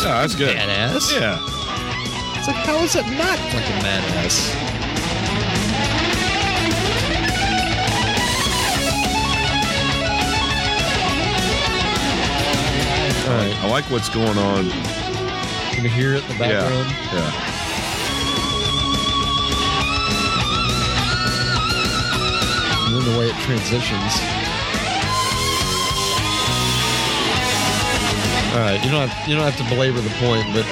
Oh, that's good. Badass. Yeah. It's like, how is it not fucking badass? All right. I like what's going on. Can you hear it in the background? Yeah. Yeah. And then the way it transitions. All right, you don't have, you don't have to belabor the point, but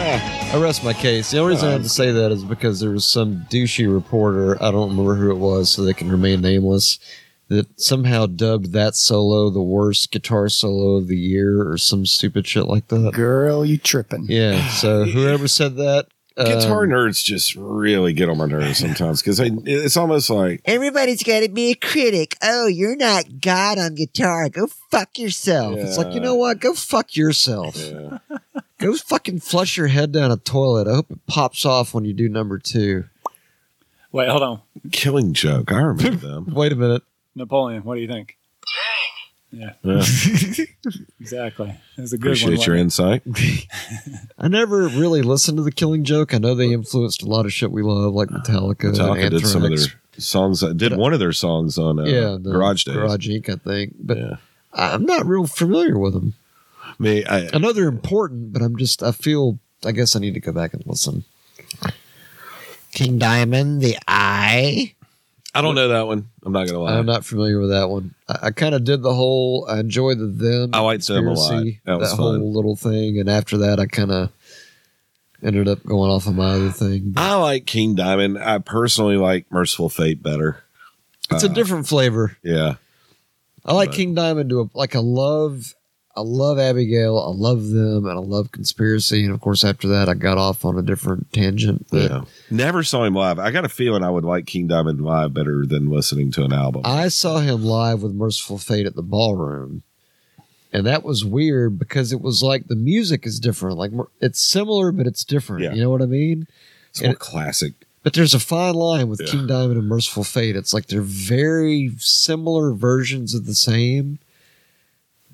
I rest my case. The only reason I had to say that is because there was some douchey reporter. I don't remember who it was, so they can remain nameless. That somehow dubbed that solo the worst guitar solo of the year, or some stupid shit like that. Girl, you tripping. Yeah. <sighs> So whoever said that, um, Guitar nerds just really get on my nerves sometimes because it's almost like Everybody's got to be a critic. Oh, you're not God on guitar. Go fuck yourself. It's like you know what? Go fuck yourself. Go fucking flush your head down a toilet. I hope it pops off when you do number two. Wait, hold on. Killing Joke. I <laughs> remember them. Wait a minute. Napoleon, what do you think? Yeah, Yeah. exactly. It was a good one. Appreciate your insight. I never really listened to the Killing Joke. I know they influenced a lot of shit we love, <sighs> like Metallica. and Metallica Anthrax. did some of their songs. Did one of their songs on uh, yeah, the Garage Days. Garage Inc. I think, but Yeah. I'm not real familiar with them. Me, I, I know they're important, but I'm just I feel I guess I need to go back and listen. King Diamond, the eye. I don't know that one. I'm not gonna lie. I'm not familiar with that one. I, I kind of did the whole. I enjoyed the them. I liked them a lot. conspiracy, That was whole fun. little thing, and after that, I kind of ended up going off of my other thing. I like King Diamond. I personally like Merciful Fate better. Uh, It's a different flavor. Yeah. I like Right. King Diamond to a, like I love I love Abigail, I love them, and I love conspiracy. And of course, after that, I got off on a different tangent. But Yeah. Never saw him live. I got a feeling I would like King Diamond live better than listening to an album. I saw him live with Merciful Fate at the ballroom, and that was weird because it was like the music is different. Like mer- it's similar, but it's different. Yeah. You know what I mean? it's more and- classic. But there's a fine line with Yeah. King Diamond and Merciful Fate. It's like they're very similar versions of the same.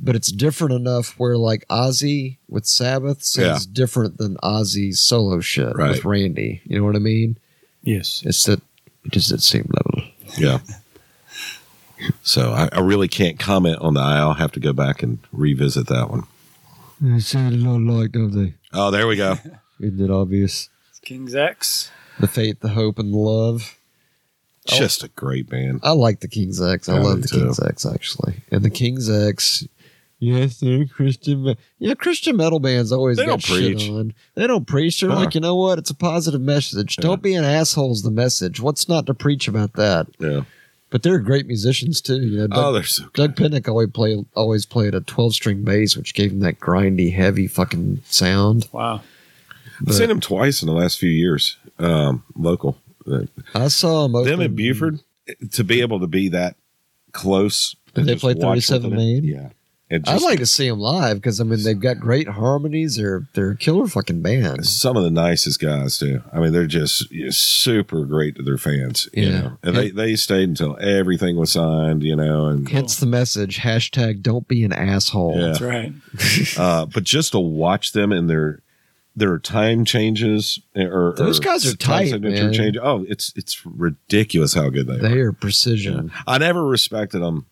but it's different enough where like Ozzy with Sabbath sounds different than Ozzy's solo shit Right. with Randy. You know what I mean? Yes. It's that it is that same level. <laughs> Yeah. So I, I really can't comment on the eye. I'll have to go back and revisit that one. They sound a lot alike, don't they? Oh, there <laughs> we go. Isn't it obvious? It's King's X. The faith, the hope, and the love. Oh. Just a great band. I like the King's X. I Yeah, love me the too. King's X actually. And the King's X. Yes, they're Christian. me- Yeah, Christian metal bands always They got don't shit preach. on. They don't preach. They're Uh-uh. like, you know what? It's a positive message. Yeah. Don't be an asshole's the message. What's not to preach about that? Yeah. But they're great musicians too. You know, Doug Oh, they're so Doug Pinnick always played always played a twelve string bass, which gave him that grindy, heavy fucking sound. Wow. I've seen them twice in the last few years. Um, local. Uh, I saw him. them open- at Buford to be able to be that close. Did and they just play watch 37 within it. Main? Yeah. And I'd just like to see them live because I mean they've got great harmonies. They're they're a killer fucking bands. some of the nicest guys too. I mean, they're just you know, super great to their fans. You Yeah. know? and they they stayed until everything was signed. You know, and Hence the message hashtag Don't be an asshole. Yeah. That's right. uh, but just to watch them and their their time changes eh, or Those or guys are time tight, signature man. change. Oh, it's it's ridiculous how good they, They are. are precision. I never respected them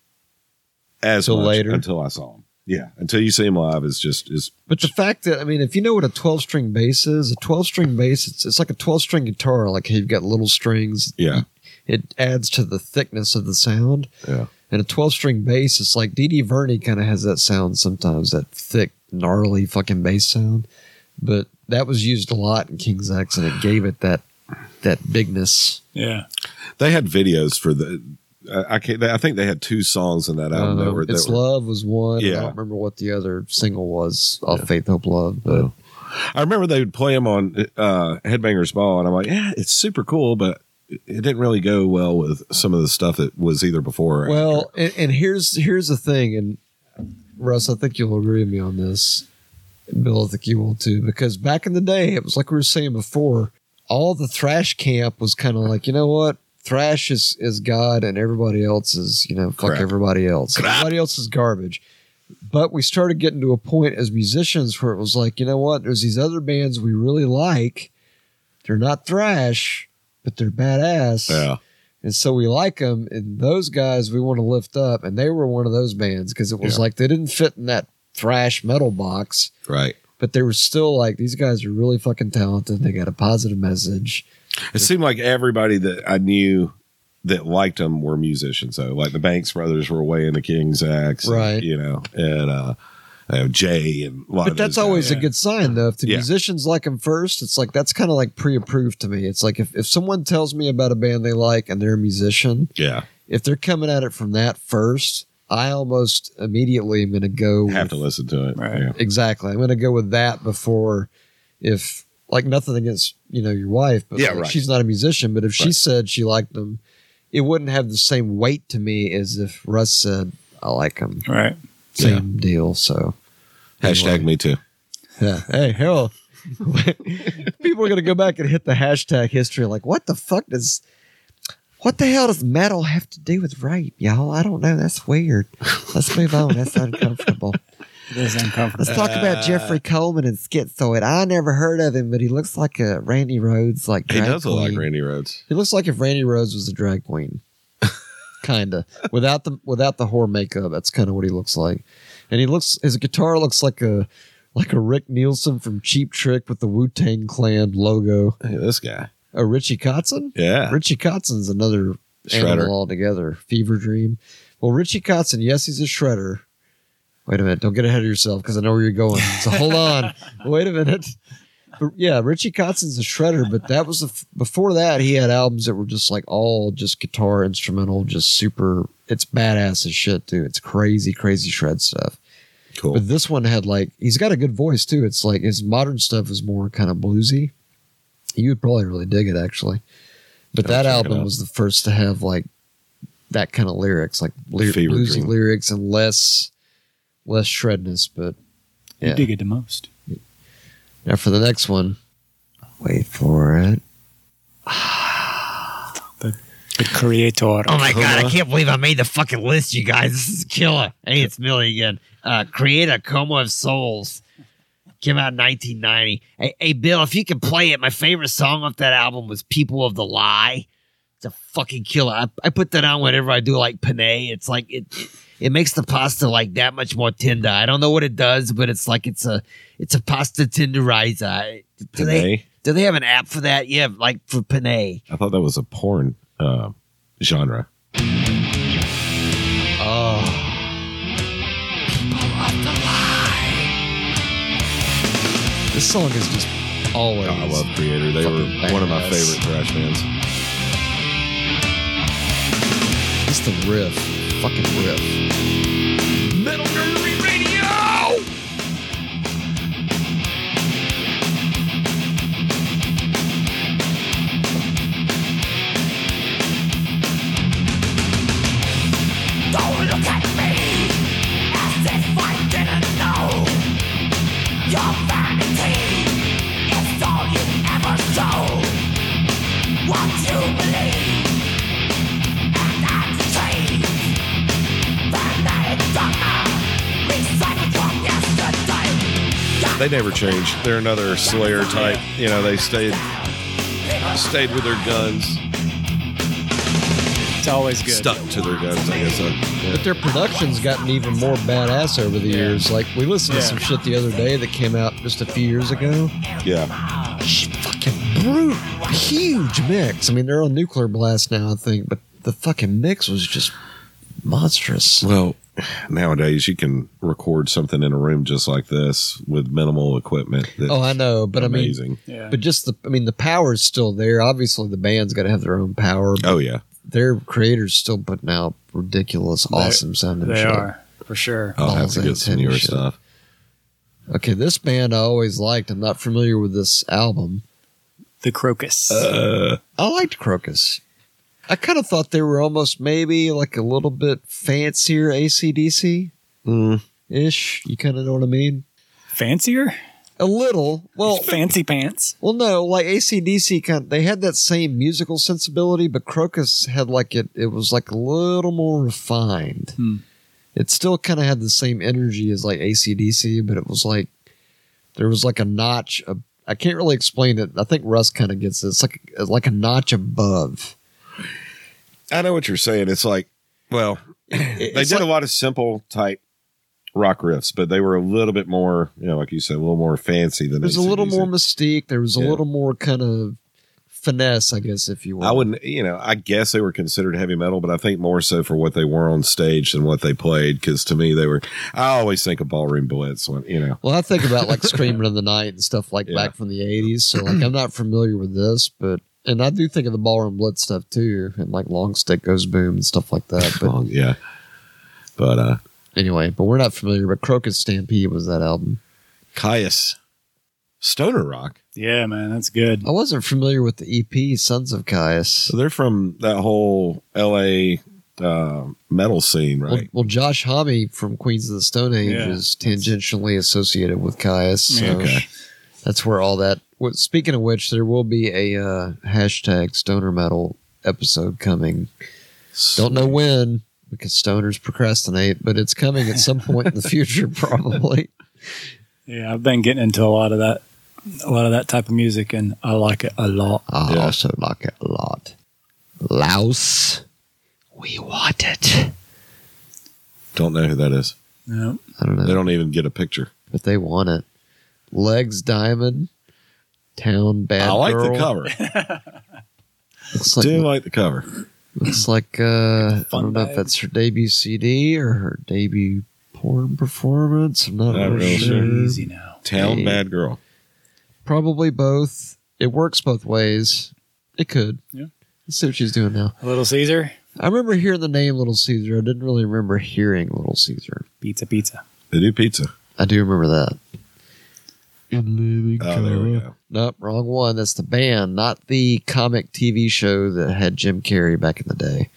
as Till much later. until I saw them. Yeah, until you see them live is just is But the fact that I mean, if you know what a twelve string bass is, a twelve string bass it's, it's like a twelve string guitar. Like you've got little strings. yeah It adds to the thickness of the sound. yeah and a 12 string bass it's like dd verney kind of has that sound sometimes that thick gnarly fucking bass sound but that was used a lot in king's x and it gave it that that bigness Yeah. they had videos for the. I I can't. I think they had two songs in that album. that um, were, that it's were- love was one and Yeah. i don't remember what the other single was off faith hope love but I remember they would play them on uh, Headbangers Ball, and I'm like, yeah, it's super cool, but it it didn't really go well with some of the stuff that was either before. Or well and, and here's here's the thing and russ i think you'll agree with me on this bill i think you will too because back in the day it was like we were saying before all the thrash camp was kind of like you know what thrash is is god and everybody else is you know fuck Crap. everybody else everybody else is garbage but we started getting to a point as musicians where it was like you know what there's these other bands we really like they're not thrash but they're badass Yeah. and so we like them, and those guys we want to lift up. And they were one of those bands because it was Yeah. like they didn't fit in that thrash metal box, Right. but they were still like, these guys are really fucking talented. They got a positive message. It seemed like everybody that I knew that liked them were musicians. So, like the Banks brothers were way into King's Axe, and, Right. you know, and uh, uh, Jay and a lot But of that's those guys. always a yeah. good sign, though. If the Yeah. musicians like them first, it's like that's kind of like pre approved to me. It's like if, if someone tells me about a band they like and they're a musician, yeah. if they're coming at it from that first, I almost immediately am going to go Have with to listen to it. Right. Yeah. Exactly. I'm going to go with that before if like nothing against, you know, your wife, but Yeah, like, right. she's not a musician, but if she Right. said she liked them, it wouldn't have the same weight to me as if Russ said I like them. Right. Same deal, so. Hashtag me too. Yeah. Hey, Harold. <laughs> People are going to go back and hit the hashtag history like what the fuck does what the hell does metal have to do with rape, y'all? I don't know. That's weird. Let's move on. That's uncomfortable. It is uncomfortable. Let's talk about Jeffrey Uh, Coleman and Schizoid. I never heard of him, but he looks like a Randy Rhodes, like He drag does look like queen. Randy Rhodes. He looks like if Randy Rhodes was a drag queen, <laughs> kinda without the without the whore makeup. That's kind of what he looks like, and he looks his guitar looks like a like a Rick Nielsen from Cheap Trick with the Wu Tang Clan logo. Hey, this guy. Oh, Richie Kotzen. Yeah. Richie Kotzen's another Shredder. animal altogether. Fever Dream. Well, Richie Kotzen, yes, he's a shredder. Wait a minute, don't get ahead of yourself because I know where you're going. So hold on, wait a minute. But yeah, Richie Kotzen's a shredder, but that was the f- before that he had albums that were just like all just guitar instrumental, just super. It's badass as shit too. It's crazy, crazy shred stuff. Cool. But this one had like he's got a good voice too. It's like his modern stuff is more kind of bluesy. You would probably really dig it actually. But Gotta that check it out. album was the first to have like that kind of lyrics, like lyr- Fever bluesy Dream. lyrics and less less shredness. But You yeah. dig it the most. Now for the next one, wait for it. The creator. Oh my god, I can't believe I made the fucking list, you guys. This is killer. Hey, it's Millie again. Uh, create a coma of souls. Came out in 1990. Hey, hey, Bill, if you can play it, my favorite song off that album was People of the Lie. It's a fucking killer. I, I put that on whenever I do like penne. It's like it it makes the pasta like that much more tender. I don't know what it does, but it's like it's a it's a pasta tenderizer. Do they Today, do they have an app for that? Yeah, like for penne. I thought that was a porn uh, genre. This song is just always. Oh, I love Creator. They were Fucking one of my badass. favorite thrash bands. Just the riff. Fucking riff. Don't look at me as if I didn't know. Your vanity is all you ever show. What you believe and entertain. Fanatic dogma recycled from yesterday. They never change. They're another Slayer type. You know, they stayed stayed with their guns, It's always good. stuck to their guns. I guess. uh, But their production's gotten even more badass over the years. Like, we listened to Yeah. some shit the other day that came out just a few years ago. yeah. yeah. Sh- Fucking brute. Huge mix. I mean, they're on Nuclear Blast now, I think, but the fucking mix was just monstrous. Well, nowadays you can record something in a room just like this with minimal equipment. That's Oh, I know, but I mean, amazing. Yeah. but just the, I mean, the power is still there. Obviously, the band's got to have their own power. oh yeah. Their creators still putting out ridiculous, awesome sounding they shit. are, for sure. Uh, I'll have to Balls get some newer and shit. stuff. Okay, this band I always liked. I'm not familiar with this album. The crocus. uh, I liked Crocus. I kind of thought they were almost maybe like a little bit fancier ACDC Mm. ish. You kind of know what I mean? Fancier? A little. Oh. Well, <laughs> Fancy pants. well, no, like ACDC kind. they had that same musical sensibility, but Crocus had like it. It was like a little more refined. Hmm. It still kind of had the same energy as like ACDC, but it was like there was like a notch. Of, I can't really explain it. I think Russ kind of gets it. It's like like a notch above. I know what you're saying. It's like, well, It- they it's did like- a lot of simple type rock riffs, but they were a little bit more, you know, like you said, a little more fancy than There's a little AC/DC. more mystique. There was a Yeah. little more kind of finesse, I guess, if you will. I wouldn't, you know, I guess they were considered heavy metal, but I think more so for what they were on stage than what they played. Because to me, they were. I always think of ballroom blitz when you know. Well, I think about <laughs> like Screaming in the Night and stuff like Yeah. back from the 80s. So, like, I'm not familiar with this, but, and I do think of the Ballroom Blitz stuff too, and like Long Stick Goes Boom and stuff like that. But Well, yeah, but uh, anyway, but we're not familiar. But Crocus Stampede was that album. Caius Stoner Rock. Yeah, man, that's good. I wasn't familiar with the EP, Sons of Caius. So they're from that whole L.A. Uh, metal scene, right? Well, well, Josh Homme from Queens of the Stone Age Yeah. is tangentially associated with Caius. So Yeah. Okay. That's where all that. Well, speaking of which, there will be a uh, hashtag stoner metal episode coming. Don't know when because stoners procrastinate, but it's coming at some point in the <laughs> future, probably. Yeah, I've been getting into a lot of that, a lot of that type of music, and I like it a lot. I Yeah. also like it a lot. Louse, we want it. Don't know who that is. Yeah. I don't know, They don't even get a picture. but they want it. Legs Diamond, Town Bad I like Girl. <laughs> the cover. Looks like, Do like the cover. looks like uh, I Fun don't know bag. if that's her debut CD or her debut porn performance. I'm not, Not really real sure. sure. Easy now. Town Hey. Bad Girl. Probably both. It works both ways. It could. Yeah. Let's see what she's doing now. Little Caesar, I remember hearing the name Little Caesar. I didn't really remember hearing Little Caesar. pizza, pizza. They do pizza. I do remember that. Oh, there we go. Nope, wrong one. That's the band, not the comic TV show that had Jim Carrey back in the <laughs> day.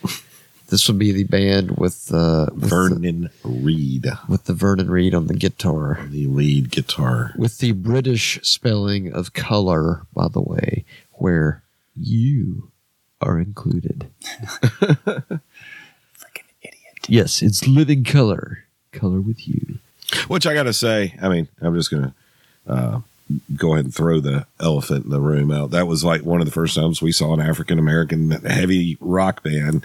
this would be the band with uh, with, the, Vernon Reed, with the Vernon Reed on the guitar, the lead guitar. with the British spelling of color, by the way, where you are included. Freaking idiot. Yes, it's living color. Color with you. Which I got to say, I mean, I'm just going to uh, go ahead and throw the elephant in the room out. That was like one of the first times we saw an African American heavy rock band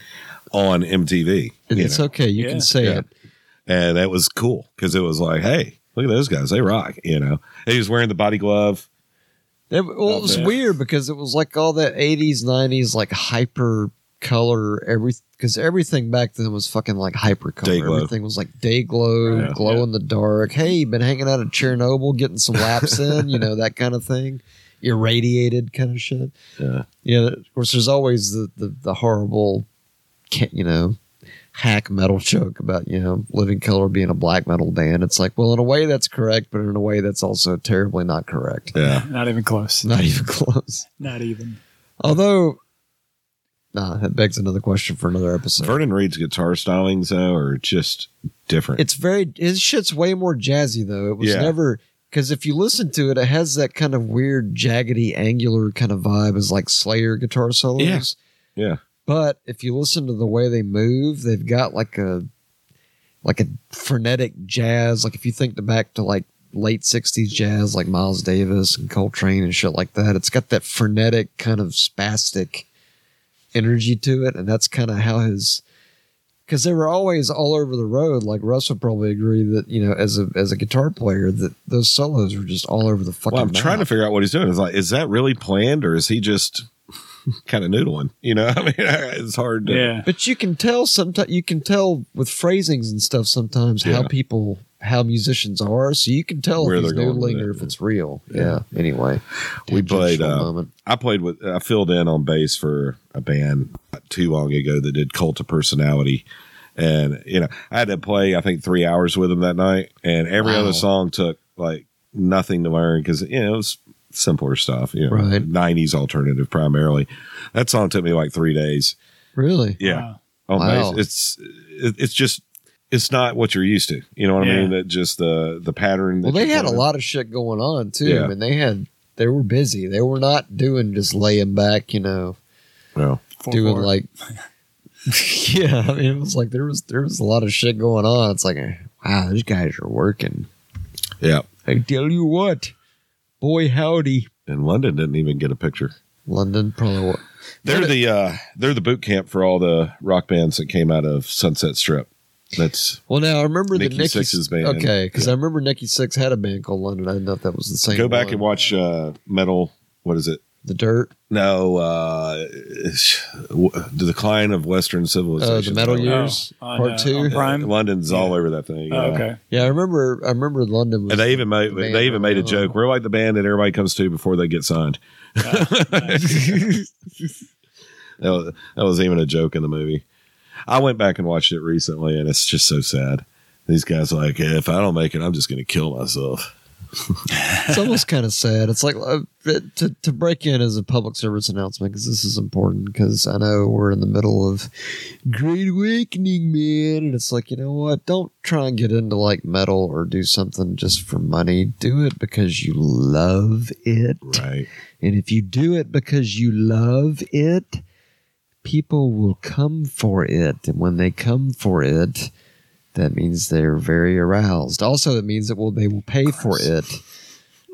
on MTV. And you it's know? okay. You Yeah. can say Yeah. it. And that was cool because it was like, hey, look at those guys. They rock, you know. And he was wearing the body glove. It, well, it was Okay. weird because it was like all that 80s, 90s, like hyper color, every because everything back then was fucking like hyper Day color. glow. Everything was like day glow, Yeah. glow in the dark. Hey, you've been hanging out at Chernobyl, getting some <laughs> laps in, you know, that kind of thing. Irradiated kind of shit. Yeah. Yeah, of course, there's always the, the, the horrible, ca- you know, hack metal <laughs> joke about, you know, Living Color being a black metal band. It's like, well, in a way that's correct, but in a way that's also terribly not correct. Yeah. Not even It's <laughs> close. not even close. Not even. Although, nah, that begs another question for another episode. Vernon Reed's guitar stylings, though, are just different. it's very his shit's way more jazzy though. It was Yeah. never because if you listen to it, it has that kind of weird jaggedy angular kind of vibe as like Slayer guitar solos. Yeah. Yeah. But if you listen to the way they move, they've got like a like a frenetic jazz. Like if you think back to like late '60s jazz, like Miles Davis and Coltrane and shit like that, it's got that frenetic kind of spastic energy to it, and that's kind of how his because they were always all over the road. Like Russ would probably agree that you know, as a as a guitar player, that those solos were just all over the fucking. Well, I'm trying to map. figure out what he's doing. It's like, is that really planned or is he just <laughs> kind of noodling? You know, <laughs> I mean, it's hard to. Yeah. But you can tell sometimes you can tell with phrasings and stuff sometimes how Yeah. people how musicians are, so you can tell Where if he's they're going with noodling it, or if yeah. it's real. Yeah. Anyway, We played, Tangential uh, moment. I played with, I filled in on bass for a band not too long ago that did Cult of Personality. And, you know, I had to play, I think, three hours with them that night. And every Wow. other song took like nothing to learn because, you know, it was simpler stuff, you know, Right. 90s alternative primarily. That song took me like three days. really. Yeah. Wow. on Wow. base. Oh, It's it, it's just it's not what you're used to. You know what I Yeah. mean? That just the the pattern. Well, that they you're had a given. lot of shit going on too, Yeah. and they had they were busy. They were not doing just laying back, you know, Well, Four, doing four. <laughs> like. yeah, I mean, it was like there was there was a lot of shit going on. It's like, eh, wow, these guys are working. yeah. I tell you what, boy, howdy, And London didn't even get a picture. London probably wa- They're the uh, they're the boot camp for all the rock bands that came out of Sunset Strip. That's Well, now I remember the Nikki Nikki Sixx's band. Okay, because I remember Nikki Six had a band called London. I didn't know if that was the same. go back one. and watch uh, metal. What is it? the Dirt. No, uh, it's- w- the decline of Western civilization. Uh, the Metal Yeah. Years on, Part uh, Two. on Prime. London's all over that thing. Oh, yeah. <laughs> okay. Yeah, I remember. I remember London was. And they even made the band they even made a early on. joke. We're like the band that everybody comes to before they get signed. that, was, that was even a joke in the movie. I went back and watched it recently, and it's just so sad. These guys are like, if I don't make it, I'm just going to kill myself. it's almost kind of sad. It's like uh, to to break in as a public service announcement because this is important because I know we're in the middle of Great Awakening, man, and it's like you know what? Don't try and get into like metal or do something just for money. Do it because you love it. Right? And if you do it because you love it, people will come for it. And when they come for it, that means they're very aroused. Also, it means that well, they will pay for it.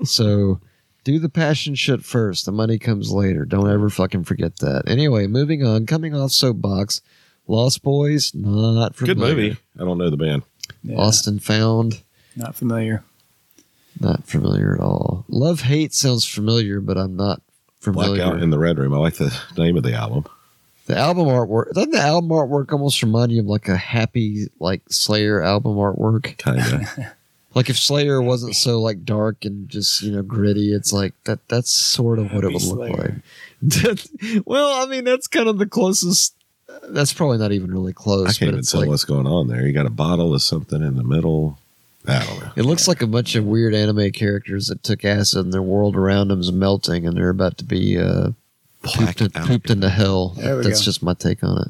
So do the passion shit first. The money comes later. Don't ever fucking forget that. Anyway, moving on. Coming off soapbox, Lost Boys, not familiar. <laughs> Good movie. I don't know the band. Yeah, Lost and found. Not familiar. Not familiar at all. Love hate sounds familiar, but I'm not familiar. Blackout in the Red Room. I like the name of the album. The album artwork doesn't the album artwork almost remind you of like a happy like Slayer album artwork? <laughs> Kinda. Like if Slayer wasn't so like dark and just you know gritty, it's like that. That's sort of what it Happy would look like. Slayer. That- <laughs> well, I mean that's kind of the closest. That's probably not even really I close, can't but even it's tell like what's going on there. You got a bottle of something in the middle. I don't know. it looks like a bunch of weird anime characters that took acid and their world around them is melting and they're about to be uh, pooped, in, out. pooped into hell. There we That's go. just my take on it.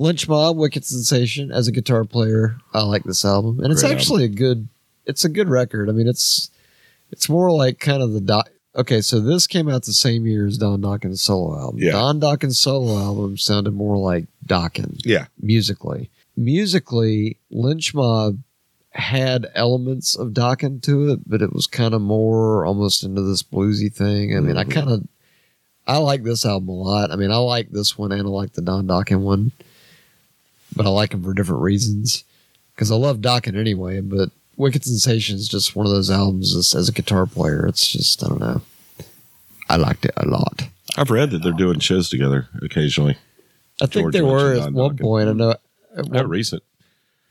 Lynch Mob, Wicked Sensation. As a guitar player, I like this album, and it's Great actually a good. It's a good record. I mean, it's it's more like kind of the doc, Okay, so this came out the same year as Don Dockin's solo album. Yeah. Don Dockin's solo album sounded more like Dockin Yeah. musically. Musically, Lynch Mob had elements of Dockin to it, but it was kind of more almost into this bluesy thing. I mean, I kind of I like this album a lot. I mean, I like this one and I like the Don Dockin one, but I like them for different reasons because I love Dockin anyway. But Wicked Sensation is just one of those albums as, as a guitar player. It's just I don't know. I liked it a lot. I've read that they're doing shows together occasionally. I think George there were mentioned at Don one Dokken. point. I know. at Not One, recent.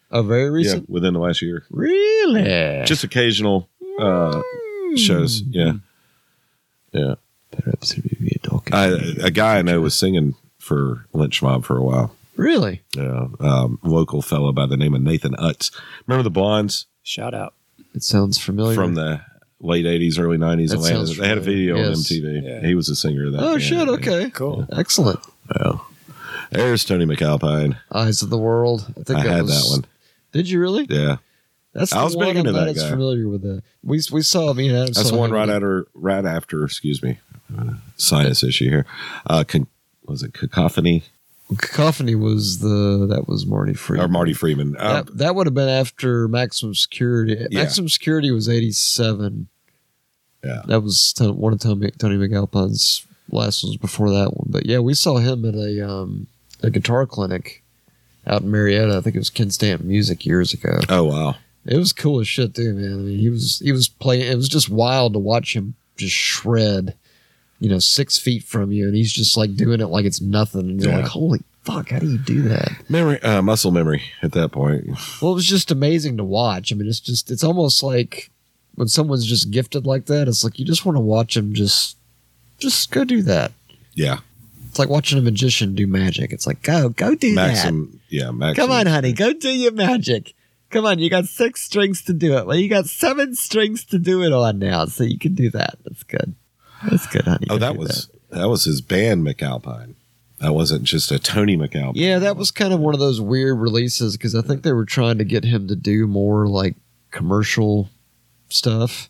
a very recent. Yeah, within the last year. Really? Mm. Just occasional uh, shows. Yeah. Yeah. perhaps it would be a Dockin. I, a guy I know was singing for Lynch Mob for a while. really? Yeah. Um, local fellow by the name of Nathan Utz. Remember the Blondes Shout out. It sounds familiar. from the late 80s, early 90s? Oh, That Atlanta? sounds They had a video familiar. on Yes. MTV. Yeah. He was the singer of that. oh band. shit! Okay. Cool. Excellent. Well, there's Tony McAlpine. Eyes of the World. I think I that had was, that one. Did you really? Yeah. That's the I was one big into I'm not that as guy. familiar with that. We we saw me and Adam. That's saw the one him right at- after, right after, excuse me, uh, sinus issue here. Uh, con- was it Cacophony Cacophony was the that was Marty Freeman. or Marty Freeman? Uh, that, that would have been after Maximum Security. Yeah. Maximum Security was eighty seven. Yeah. that was Ton- one of Tony, Tony McAlpine's last ones before that one. But yeah, we saw him at a um, a guitar clinic out in Marietta. I think it was Ken Stanton Music years ago. oh, wow. It was cool as shit too, man. I mean, he was he was playing. It was just wild to watch him just shred, you know, six feet from you, and he's just like doing it like it's nothing. And you're Yeah. like, holy fuck, how do you do that? Memory, uh, muscle memory at that point. Well, it was just amazing to watch. I mean, it's just it's almost like when someone's just gifted like that, it's like you just want to watch them just just go do that. Yeah. It's like watching a magician do magic. It's like go go do that. Maxim. Yeah. Maxim. Come on, honey, go do your magic. Come on, you got six strings to do it. Well, you got seven strings to do it on now, so you can do that. That's good. That's good, honey. Oh, Go that do was that was his band McAlpine. That wasn't just a Tony McAlpine. Yeah, that was kind of one of those weird releases because I think they were trying to get him to do more like commercial stuff.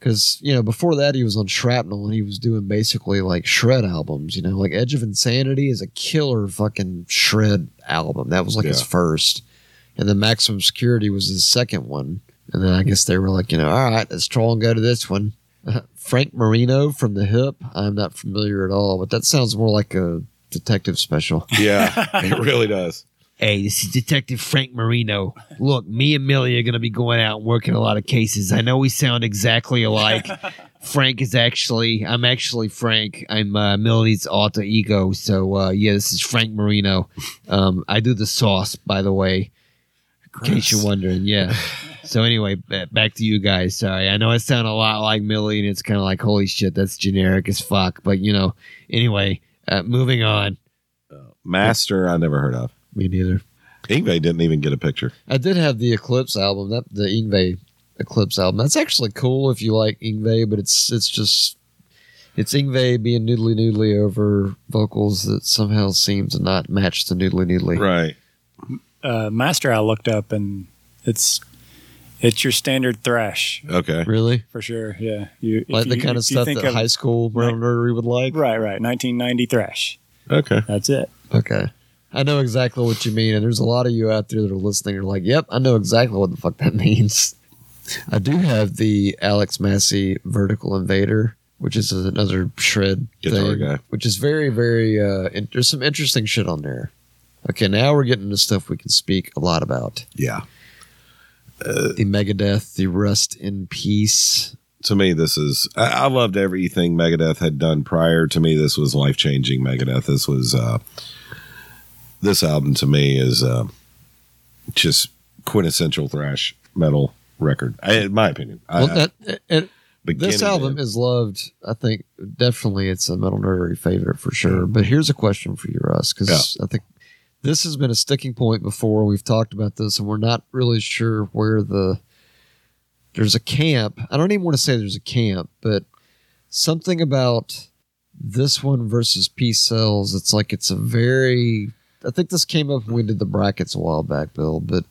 Because, you know, before that he was on Shrapnel and he was doing basically like shred albums, you know, like Edge of Insanity is a killer fucking shred album. That was like his Yeah. first. And then Maximum Security was his second one. And then I guess they were like, you know, all right, let's try and go to this one. <laughs> Frank Marino from The Hip, I'm not familiar at all, but that sounds more like a detective special. Yeah, <laughs> it really does. Hey, this is Detective Frank Marino. Look, me and Millie are going to be going out and working a lot of cases. I know we sound exactly alike. Frank is actually, I'm actually Frank. I'm uh, Millie's alter ego. So, uh, yeah, this is Frank Marino. Um, I do the sauce, by the way, in case you're wondering. Yeah. <laughs> So, anyway, ba- back to you guys. Sorry. I know I sound a lot like Millie, and it's kind of like, holy shit, that's generic as fuck. But, you know, anyway, uh, moving on. Master, I never heard of. Me neither. Ingve didn't even get a picture. I did have the Eclipse album, that the Ingve Eclipse album. That's actually cool if you like Ingve, but it's it's just it's Ingve being noodly noodly over vocals that somehow seem to not match the noodly noodly. Right. Uh, Master, I looked up and it's it's your standard thrash Okay. Really? for sure. Yeah, you if Like the you- kind of if you stuff think that high school brown nerdery would like. right, right, 1990 thrash. Okay. That's it. Okay. I know exactly what you mean, and there's a lot of you out there that are listening. You're like, "Yep, I know exactly what the fuck that <laughs> means." I do have the Alex Massey Vertical Invader, which is another shred Guitar thing, guy. which is very, very. Uh, in- there's some interesting shit on there. Okay, now we're getting to stuff we can speak a lot about: Yeah. Uh, the Megadeth, the Rest in Peace. To me, this is. I, I loved everything Megadeth had done prior. To me, this was life changing. Megadeth. This was. uh This album to me is uh, just quintessential thrash metal record. I, in my opinion. I- Well, I- that, and beginning this to album end. is loved. I think definitely it's a metal nerdery favorite for sure. But here's a question for you, Russ, because I think this has been a sticking point before. We've talked about this, and we're not really sure where the there's a camp. I don't even want to say there's a camp, but something about this one versus Peace Cells. It's like it's a very. I think this came up when we did the brackets a while back, Bill. But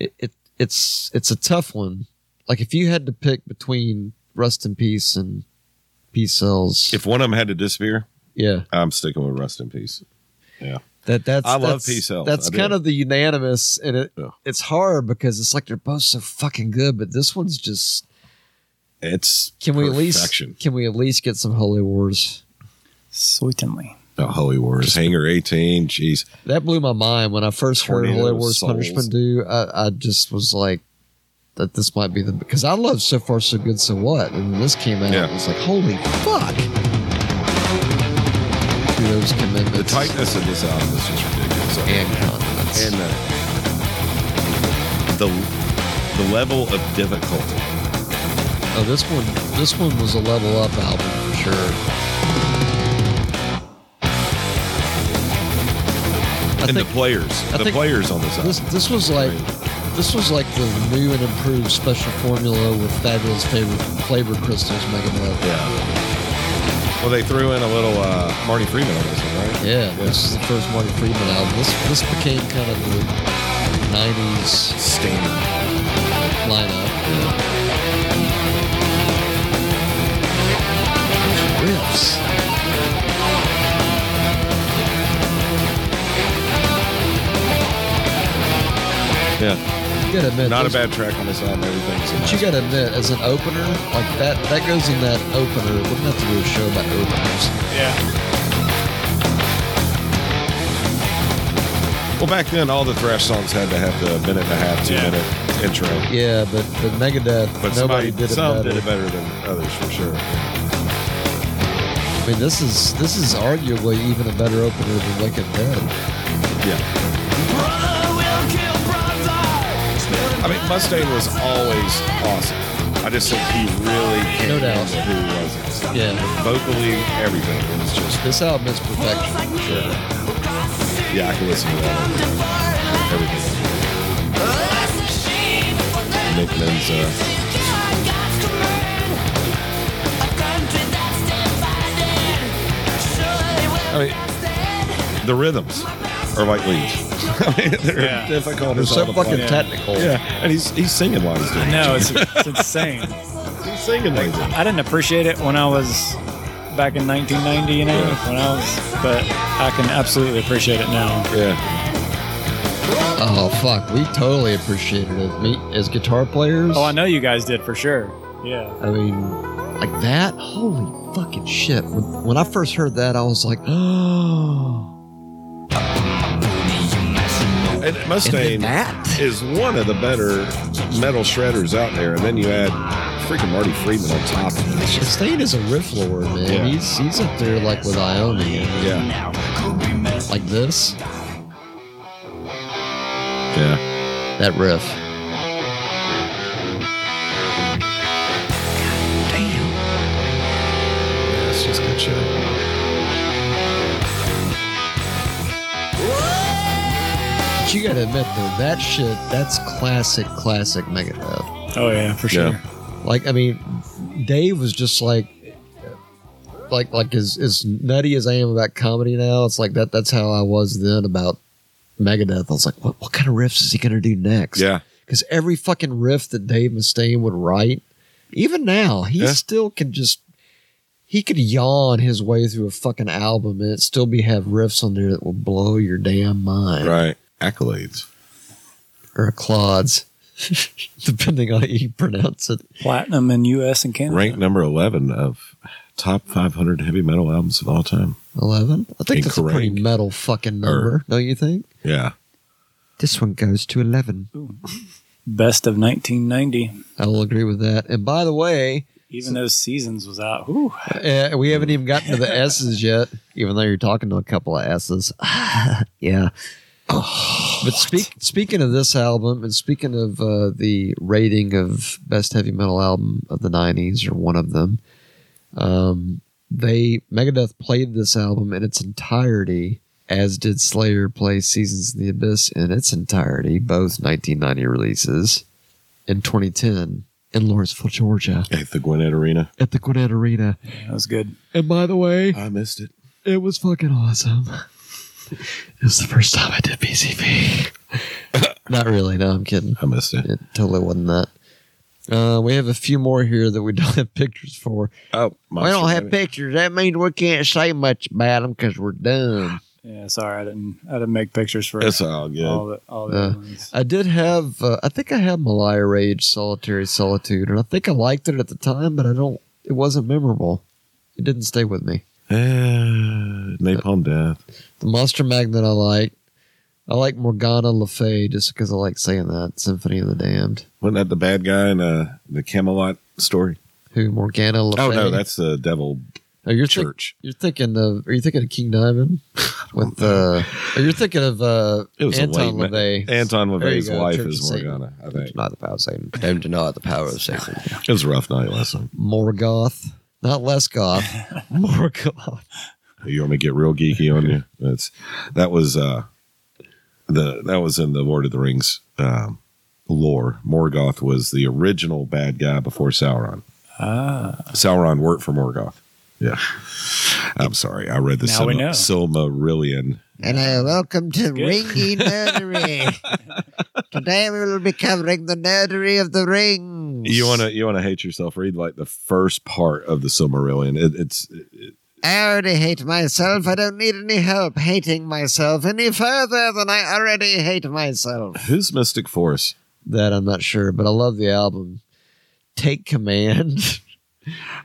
it, it it's it's a tough one like if you had to pick between Rust in Peace and Peace Cells. If one of them had to disappear, yeah, I'm sticking with Rust in Peace. that that's I love that's- Peace Cells. That's I do. kind of the unanimous, and it Yeah. it's hard because it's like they're both so fucking good, but this one's just. It's Can we perfection. at least can we at least get some Holy Wars? Certainly. No, Holy Wars, Hanger 18. Jeez, That blew my mind when I first heard Tornado Holy of Wars Souls. Punishment Due. I, I just was like, that this might be the because I love so far so good so what, and this came out. Yeah. It was like holy fuck. To those commitments, the tightness of this album is just ridiculous. I mean, and condiments. and the, the the level of difficulty. oh, this one, this one was a level up album for sure. I and think the players, I the think players on this album. this this was like this was like the new and improved special formula with fabulous flavor, flavor crystals making it up. yeah. Well, they threw in a little uh, Marty Freeman on this one, right? Yeah, this is the first Marty Friedman album. This this became kind of the '90s Standard. lineup. Riffs. Yeah, You gotta admit, not a those- bad track on this album. Everything's But you nice. gotta admit, as an opener, like that that goes in that opener. We're gonna have to do a show about openers. well back then. All the thrash songs had to have the minute and a half, two minute intro. Yeah, but the Megadeth, But nobody somebody, did it some better. did it better than others for sure. I mean, this is this is arguably even a better opener than Wicked Dead. Yeah, I mean Mustang was always awesome. I just think he really came No doubt. into who he was. Yeah, Vocally, everything It was just this album is perfection. yeah. I can listen to that over and over. everything. Nick Men's uh, I mean, the rhythms are like leaves. <laughs> I mean, they're Yeah. difficult. They're as all so the fucking fuck. technical. Yeah, and he's he's singing while he's doing it. No, it's, it's insane. He's singing while he's doing it. I didn't appreciate it when I was back in 1990, you know, Yeah. when I was, but I can absolutely appreciate it now. Yeah, Oh fuck, we totally appreciated it. Me as guitar players. Oh, I know you guys did for sure. Yeah. I mean, like that. Holy fucking shit! When, when I first heard that, I was like, <gasps> oh, and Mustaine is one of the better metal shredders out there. And then you add freaking Marty Friedman on top of it. Mustaine is a riff lord, man. Yeah. He's he's up there like with Ione, Yeah, like this. yeah. That riff. That's just good shit. But you gotta admit though, that shit, that's classic, classic Megadeth. Oh, yeah, for sure. Yeah. Like I mean, Dave was just like, like like as as nutty as I am about comedy now. It's like that. That's how I was then about Megadeth. I was like, what what kind of riffs is he gonna do next? Yeah, because every fucking riff that Dave Mustaine would write, even now, he Yeah. still can just. He could yawn his way through a fucking album and it still be have riffs on there that will blow your damn mind right. Accolades. or clods, <laughs> depending on how you pronounce it. Platinum in U.S. and Canada. Ranked number eleven of top five hundred heavy metal albums of all time. 11? I think that's a pretty Incorrect. Er. metal fucking number, don't you think? Yeah. This one goes to 11. Best of 1990. I will agree with that. And by the way, Even those seasons was out. Ooh. uh, we haven't even gotten to the S's yet, even though you're talking to a couple of S's. <sighs> yeah. but speak, speaking of this album and speaking of uh, the rating of best heavy metal album of the 90s or one of them, um, they Megadeth played this album in its entirety, as did Slayer play Seasons of the Abyss in its entirety, both 1990 releases, in 2010 in Lawrenceville, Georgia, At the Gwinnett Arena. at the Gwinnett Arena. That was good. And by the way, I missed it. it was fucking awesome. It was the first time I did PCP. <laughs> Not really. No, I'm kidding. I missed it. It totally wasn't that. Uh, we have a few more here that we don't have pictures for. Oh, my we don't have pictures. That means we can't say much about them because we're dumb. Yeah, sorry, I didn't. I didn't make pictures for It's all good. all the all the Uh, other ones. I did have, uh, I think I had Malaya Rage, Solitary Solitude, and I think I liked it at the time, but I don't, it wasn't memorable. It didn't stay with me. Uh, napalm death. The Monster Magnet I like. I like Morgana Le Fay just because I like saying that. Symphony of the Damned. Wasn't that the bad guy in uh, the Camelot story? Who Morgana Le Oh Fay? no, that's the devil Oh, you're think- church. you're thinking of? Are you thinking of King <laughs> Diamond? With uh, or you're thinking of uh, It was a Anton late ma- LaVey. Anton There you LaVey's go, wife Church is of Satan. Morgana. I think Not the power of Satan. Don't deny the power of Satan. it was a rough night last night. Morgoth, not less <laughs> goth. Morgoth. You want me to get real geeky on <laughs> you? That's that was uh the that was in the Lord of the Rings um, lore. Morgoth was the original bad guy before Sauron. Ah, Sauron worked for Morgoth. Yeah, I'm sorry. I read the Now we Silma- know. Silmarillion. And uh, welcome to good. Ringy <laughs> Nerdery. Today we will be covering the nerdery of the rings. You want to you want to hate yourself? Read like the first part of the Silmarillion. It, it's it, I already hate myself. I don't need any help hating myself any further than I already hate myself. who's Mystic Force? That I'm not sure, but I love the album. <laughs> Take command.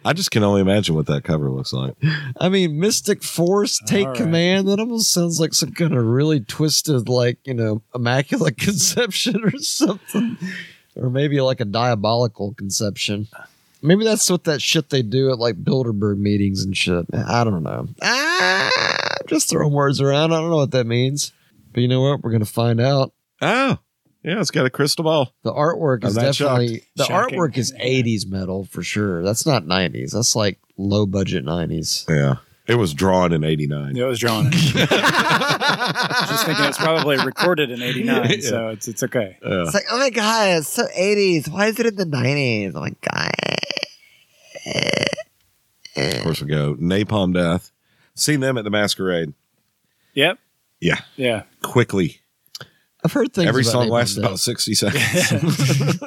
I just can only imagine what that cover looks like. I mean, Mystic Force, Take All right. Command. That almost sounds like some kind of really twisted, like, you know, Immaculate <laughs> Conception or something. Or maybe like a diabolical conception. Maybe that's what that shit they do at like Bilderberg meetings and shit. I don't know. Ah, just throwing words around. I don't know what that means. But you know what? We're going to find out. Oh, yeah, it's got a crystal ball. The artwork is I'm not definitely the Shocking. artwork is 80s metal for sure. That's not 90s. That's like low budget <laughs> <laughs> 90s. Yeah, it was drawn in '89. it was drawn. in. Just thinking it's probably <laughs> recorded in '89, so it's it's okay. Yeah. It's like, oh my god, it's so 80s. Why is it in the 90s? Oh my god. Of course, we go Napalm Death. Seen them at the masquerade. Yep. Yeah, Yeah. quickly. I've heard things. Every about song Napalm lasts Death. about sixty seconds. <laughs>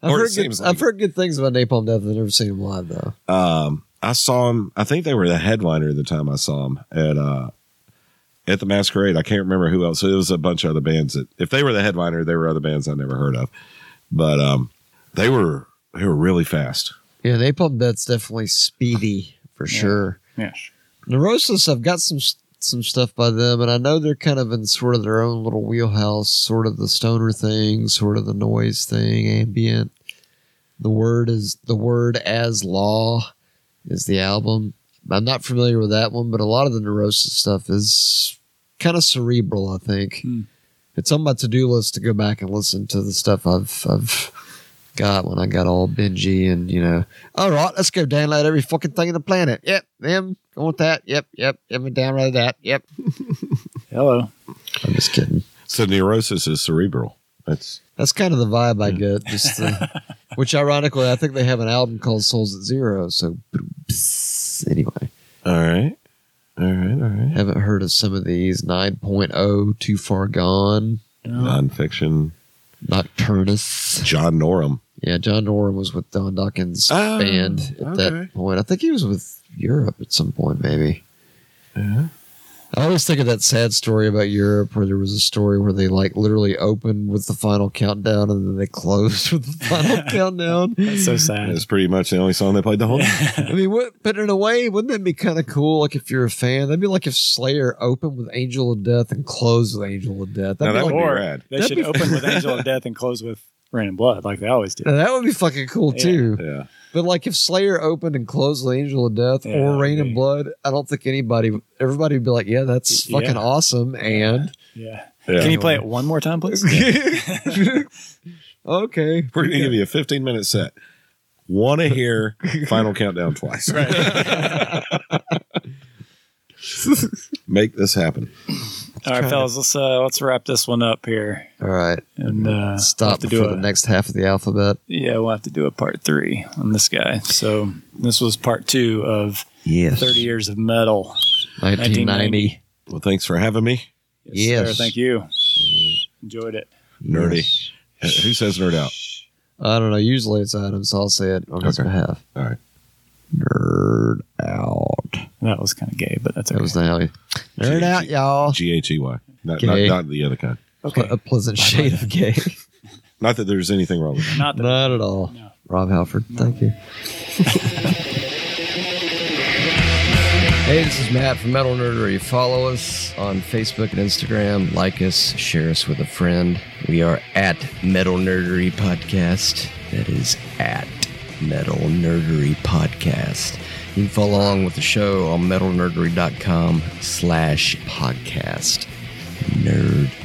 I've, or it heard good, seems like I've it. heard good things about Napalm Death. I've never seen them live though. um, I saw him. I think they were the headliner the time I saw him at uh, at the masquerade. I can't remember who else. It was a bunch of other bands that, if they were the headliner, they were other bands I never heard of. But um, they were they were really fast. Yeah, Napalm Death's definitely speedy for sure. Yeah. Neurosis, I've got some some stuff by them, and I know they're kind of in sort of their own little wheelhouse, sort of the stoner thing, sort of the noise thing, ambient. The word is the word as law is the album. I'm not familiar with that one, but a lot of the neurosis stuff is kind of cerebral. I think Hmm. it's on my to do list to go back and listen to the stuff I've I've got when I got all bingy and you know. All right, let's go download every fucking thing on the planet. Yep, them. Go with that. Yep, yep. Yep, and download that. Yep. Hello. I'm just kidding. So neurosis is cerebral. That's That's kind of the vibe I get. Just the, which, ironically, I think they have an album called Souls at Zero. So, anyway, all right. All right. All right. haven't heard of some of these. 9.0, Too Far Gone, Nonfiction. Nocturnus. John Norum. Yeah, John Doran was with Don Dawkins' Oh, band at okay. that point. I think he was with Europe at some point, maybe. Yeah. I always think of that sad story about Europe where there was a story where they like literally opened with the final countdown and then they closed with the <laughs> final countdown. That's so sad. That's pretty much the only song they played the whole night. I mean, what, but in a way, wouldn't that be kind of cool? Like if you're a fan, that'd be like if Slayer opened with Angel of Death and closed with Angel of Death. Now, That'd that be would like, be Or <laughs> rad. They That'd should be- open <laughs> with Angel of Death and close with Rain and Blood, like they always do. now that would be fucking cool Yeah. too. Yeah. But like if Slayer opened and closed with Angel of Death Yeah, or Rain maybe. and Blood, I don't think anybody, everybody would be like, yeah, that's Y- yeah. fucking awesome. And Yeah. Yeah. Can you play it one more <laughs> time, please? okay. <laughs> We're going to give you a 15 minute set. Want to hear Final Countdown twice. <laughs> Make this happen. All right, fellas, let's uh, let's wrap this one up here, All right. and uh, we'll have Stop to for do the a, next half of the alphabet. Yeah, we'll have to do a part three on this guy. So this was part two of Yes. Thirty Years of Metal, 1990. 1990. Well, thanks for having me. Yes. Mm. sir, thank you. Enjoyed it. Nerdy. Who says nerd out? I don't know. Usually it's Adam, so I'll say it on his Okay. behalf. All right. Nerd out. That was kind of gay, but that's okay. That was the alley. Nerd out, y'all. G H E Y. Not, not, Gay. not the other kind. A pleasant shade of gay. Not that there's anything wrong with that. Not that Not at all. No. Rob Halford, thank you. hey, this is Matt from Metal Nerdery. Follow us on Facebook and Instagram. Like us, share us with a friend. We are at Metal Nerdery Podcast. That is at Metal Nerdery Podcast. You can follow along with the show on metalnerdery.com slash podcast. Nerd